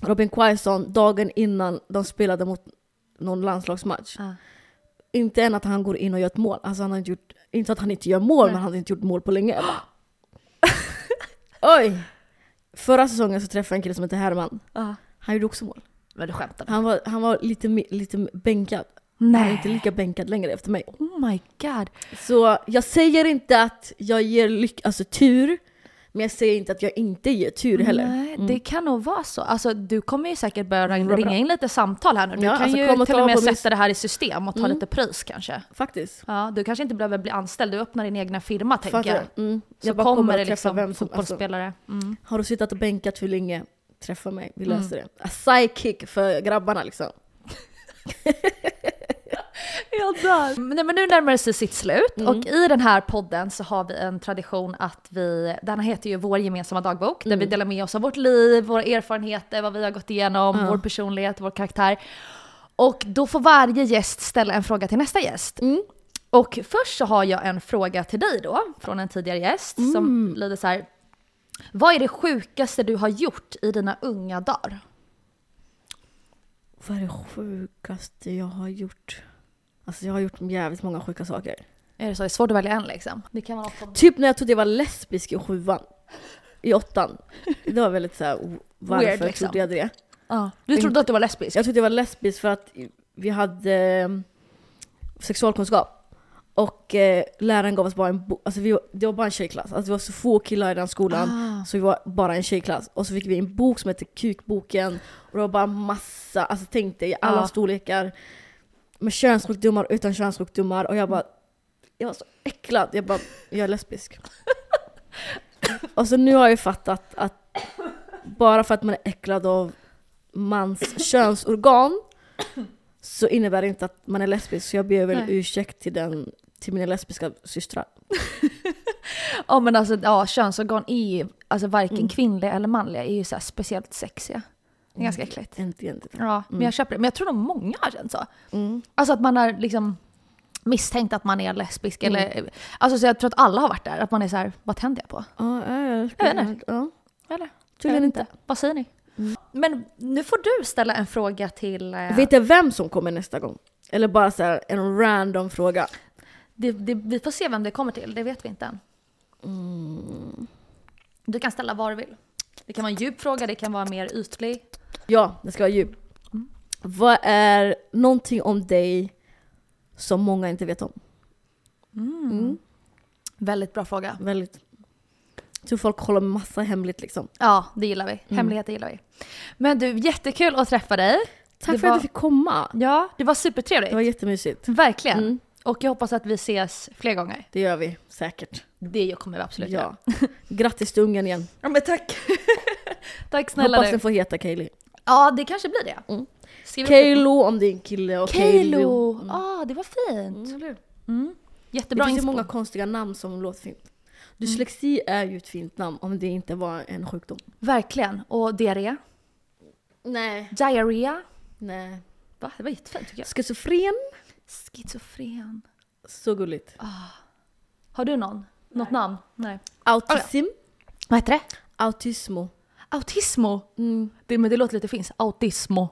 Robin Quaison dagen innan de spelade mot någon landslagsmatch.
Ja.
Inte än att han går in och gör ett mål. Alltså han har inte gjort, inte att han inte gör mål,
Nej.
men han hade inte gjort mål på länge. Jag bara, Oj! Förra säsongen så träffade jag en kille som heter Herman.
Ja.
Han gjorde också mål.
Ah. Men du skämtar?
Han var, han var lite, mi- lite bänkad. Han är inte lika bänkad längre efter mig.
Oh my god.
Så jag säger inte att jag ger lyck, alltså tur, men jag säger inte att jag inte ger tur heller. Mm.
Nej, det kan nog vara så. Alltså, du kommer ju säkert börja
bra,
ringa in lite samtal här nu. Du
Ja,
kan
alltså, kom
ju
och
till och
ta
med
på Mm.
sätta
min-
det här i system och ta lite pris kanske.
Faktiskt.
Ja, du kanske inte behöver bli anställd, du öppnar din egna firma tänker jag.
Fattar du? Mm.
Så
jag bara
kommer,
kommer att
det
träffa
liksom
vem som... Alltså,
fotbollsspelare. Mm.
har du suttit och bänkat för länge, träffa mig. Vi löser det. A sidekick för grabbarna liksom.
Jag dör. Men- Nej, men nu närmar det sig sitt slut
Mm.
och i den här podden så har vi en tradition att vi, den här heter ju Vår gemensamma dagbok, där
Mm.
vi delar med oss av vårt liv, våra erfarenheter, vad vi har gått igenom, vår
Mm.
personlighet, vår karaktär. Och då får varje gäst ställa en fråga till nästa gäst. Och först så har jag en fråga till dig då, från en tidigare gäst, som lyder så här. Vad är det sjukaste du har gjort i dina unga dagar?
Vad är det sjukaste jag har gjort? Alltså jag har gjort jävligt många sjuka saker.
Är det så? Det är svårt att välja en liksom. Det kan vara något som...
Typ när jag trodde jag var lesbisk i sjuan. I åttan. Det var väldigt såhär, o- varför
Weird, liksom.
trodde jag det?
Ja. Du trodde att du var lesbisk?
Jag trodde jag var lesbisk för att vi hade eh, sexualkunskap. Och eh, läraren gav oss bara en bok, alltså vi var, det var bara en tjejklass. Alltså det var så få killar i den
Ah.
skolan. Så Alltså, vi var bara en tjejklass. Och så fick vi en bok som hette Kukboken. Och det var bara massa, alltså tänk dig, i alla
Ja.
storlekar. Med könssjukdomar utan könssjukdomar. Och jag bara, jag var så äcklad. Jag bara, jag är lesbisk. och så nu har jag ju fattat att bara för att man är äcklad av mans könsorgan så innebär det inte att man är lesbisk. Så jag ber väl
Nej.
ursäkt till, den, till mina lesbiska systrar.
Ja men alltså ja, könsorgan är ju, alltså varken kvinnliga eller manliga är ju så här speciellt sexiga. Det är ganska äckligt.
Inte, inte.
Ja, men jag köper det. Men jag tror nog många har känt så.
Mm.
Alltså att man har liksom misstänkt att man är lesbisk eller... Alltså så jag tror att alla har varit där. Att man är så här, vad tänder jag på?
Ja, jag
Jag vet
Ja.
Eller?
Tydligen
Jag vet Vad säger ni? Men nu får du ställa en fråga till... eh,
Vet jag vem som kommer nästa gång? Eller bara så här, en random fråga.
det, det, vi får se vem det kommer till, det vet vi inte än.
Mm.
Du kan ställa vad du vill. Det kan vara en djup fråga, det kan vara mer ytlig.
Ja, det ska vara djup. Vad är någonting om dig som många inte vet om? Mm.
Mm. Väldigt bra fråga.
Väldigt. Jag tror folk håller massa hemligt liksom.
Ja, det gillar vi.
Mm.
Hemligheter gillar vi. Men du, jättekul att träffa dig.
Tack
Det
för
var-
att du fick komma.
Ja, det var
Det
supertrevligt.
var jättemysigt.
Verkligen.
Mm.
Och jag hoppas att vi ses fler gånger.
Det gör vi säkert.
Det kommer vi absolut göra.
Ja. Grattis till ungen igen.
Ja men tack. tack snälla
Hoppas
du.
den får heta Kaeli.
Ja, det kanske blir det.
Mm.
Skriv upp det.
Kaelo om det är en kille och Mm.
Keylo!
Kaeli.
ah, det var fint.
Mm. Det
Jättebra
finns ju Mm.
inspo.
många konstiga namn som låter fint. Dyslexi är ju ett fint namn om det inte var en sjukdom.
Verkligen. Och diarré.
Nej.
Diarré.
Nej.
Va? Det var jättefint tycker jag.
Schizofren.
Schizofren.
Så gulligt.
Har du någon? Något namn? Nej.
Autism.
Vad heter det?
Autismo.
Autismo.
Mm.
Det, men det låter lite finskt. Autismo.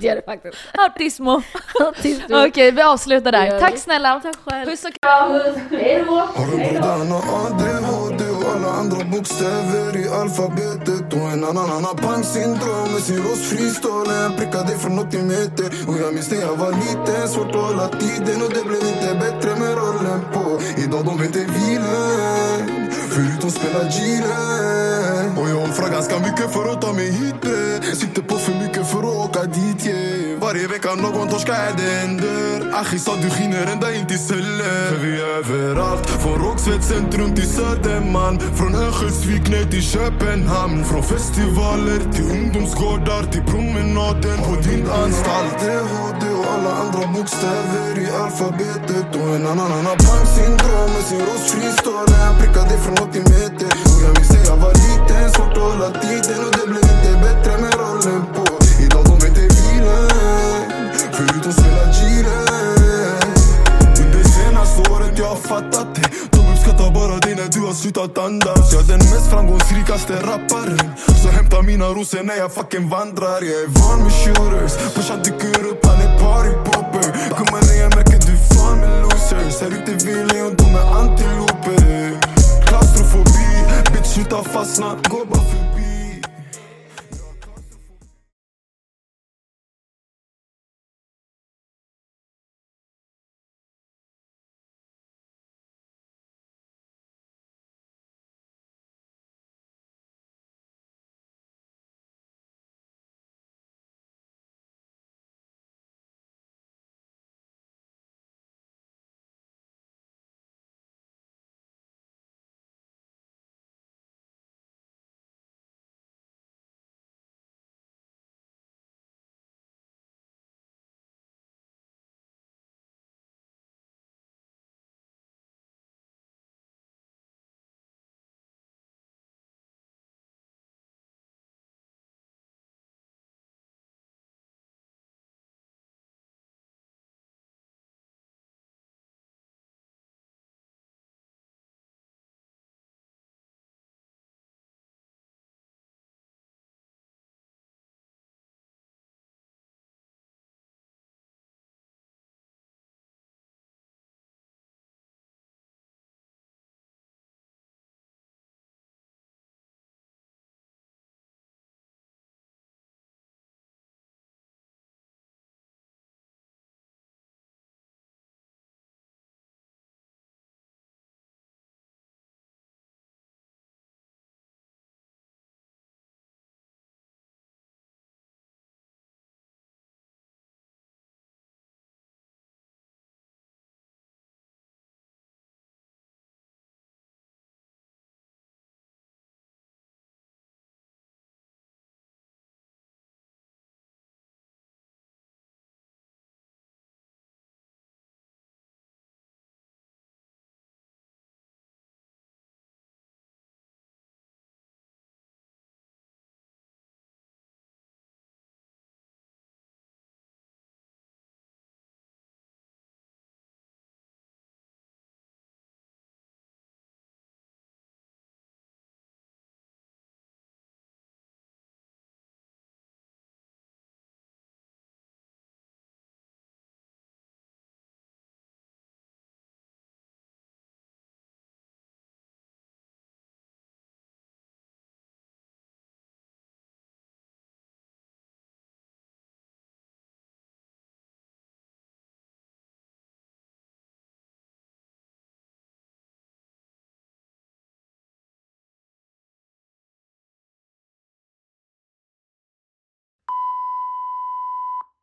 Det är det faktiskt.
Autismo.
Autismo.
Okej, vi avslutar
Gör
där.
vi.
Tack snälla. Tack
själv.
Puss och kram.
Har du Bodan och Adrian har du alla andra bokstäver i alfabetet Och en annan han har pangsyndrom med sin rost fristolen Prickar dig från 80 meter Och jag minns när jag var liten, svårt att hålla tiden Och det blev inte bättre med rollen på Idag de vet inte vilen, förutom spela giren Och jag offrar ganska mycket för att ta mig hit bre. Sitter på för mycket för att åka dit yeah. Varje vecka någon torskar är det händer Achi sa du skiner ända in till Sälen För vi är överallt Från Rågsved centrum till Södermalm Från Örnsköldsvik ner till Köpenhamn Från festivaler till ungdomsgårdar till promenaden på din anstalt Det har du och alla andra bokstäver i alfabetet Och en annan han har banksyndrom med sin rost fristolen Prickar dig från 80 meter Och jag minns när jag var liten, svårt att hålla tiden Och det blev inte bättre med rollen på Idag de vet ej vilen Förutom spela giren under senaste året jag har fattat det De uppskattar bara dig när du har slutat andas Jag är den mest framgångsrikaste rapparen Så hämta mina rosor när jag fucking vandrar Jag är van med shooters, brorsan dyker upp han är partypooper Gumman när jag märker du är fan med losers Här ute vi är lejon, de är antiloper Klaustrofobi, bitch sluta fastna Gå bara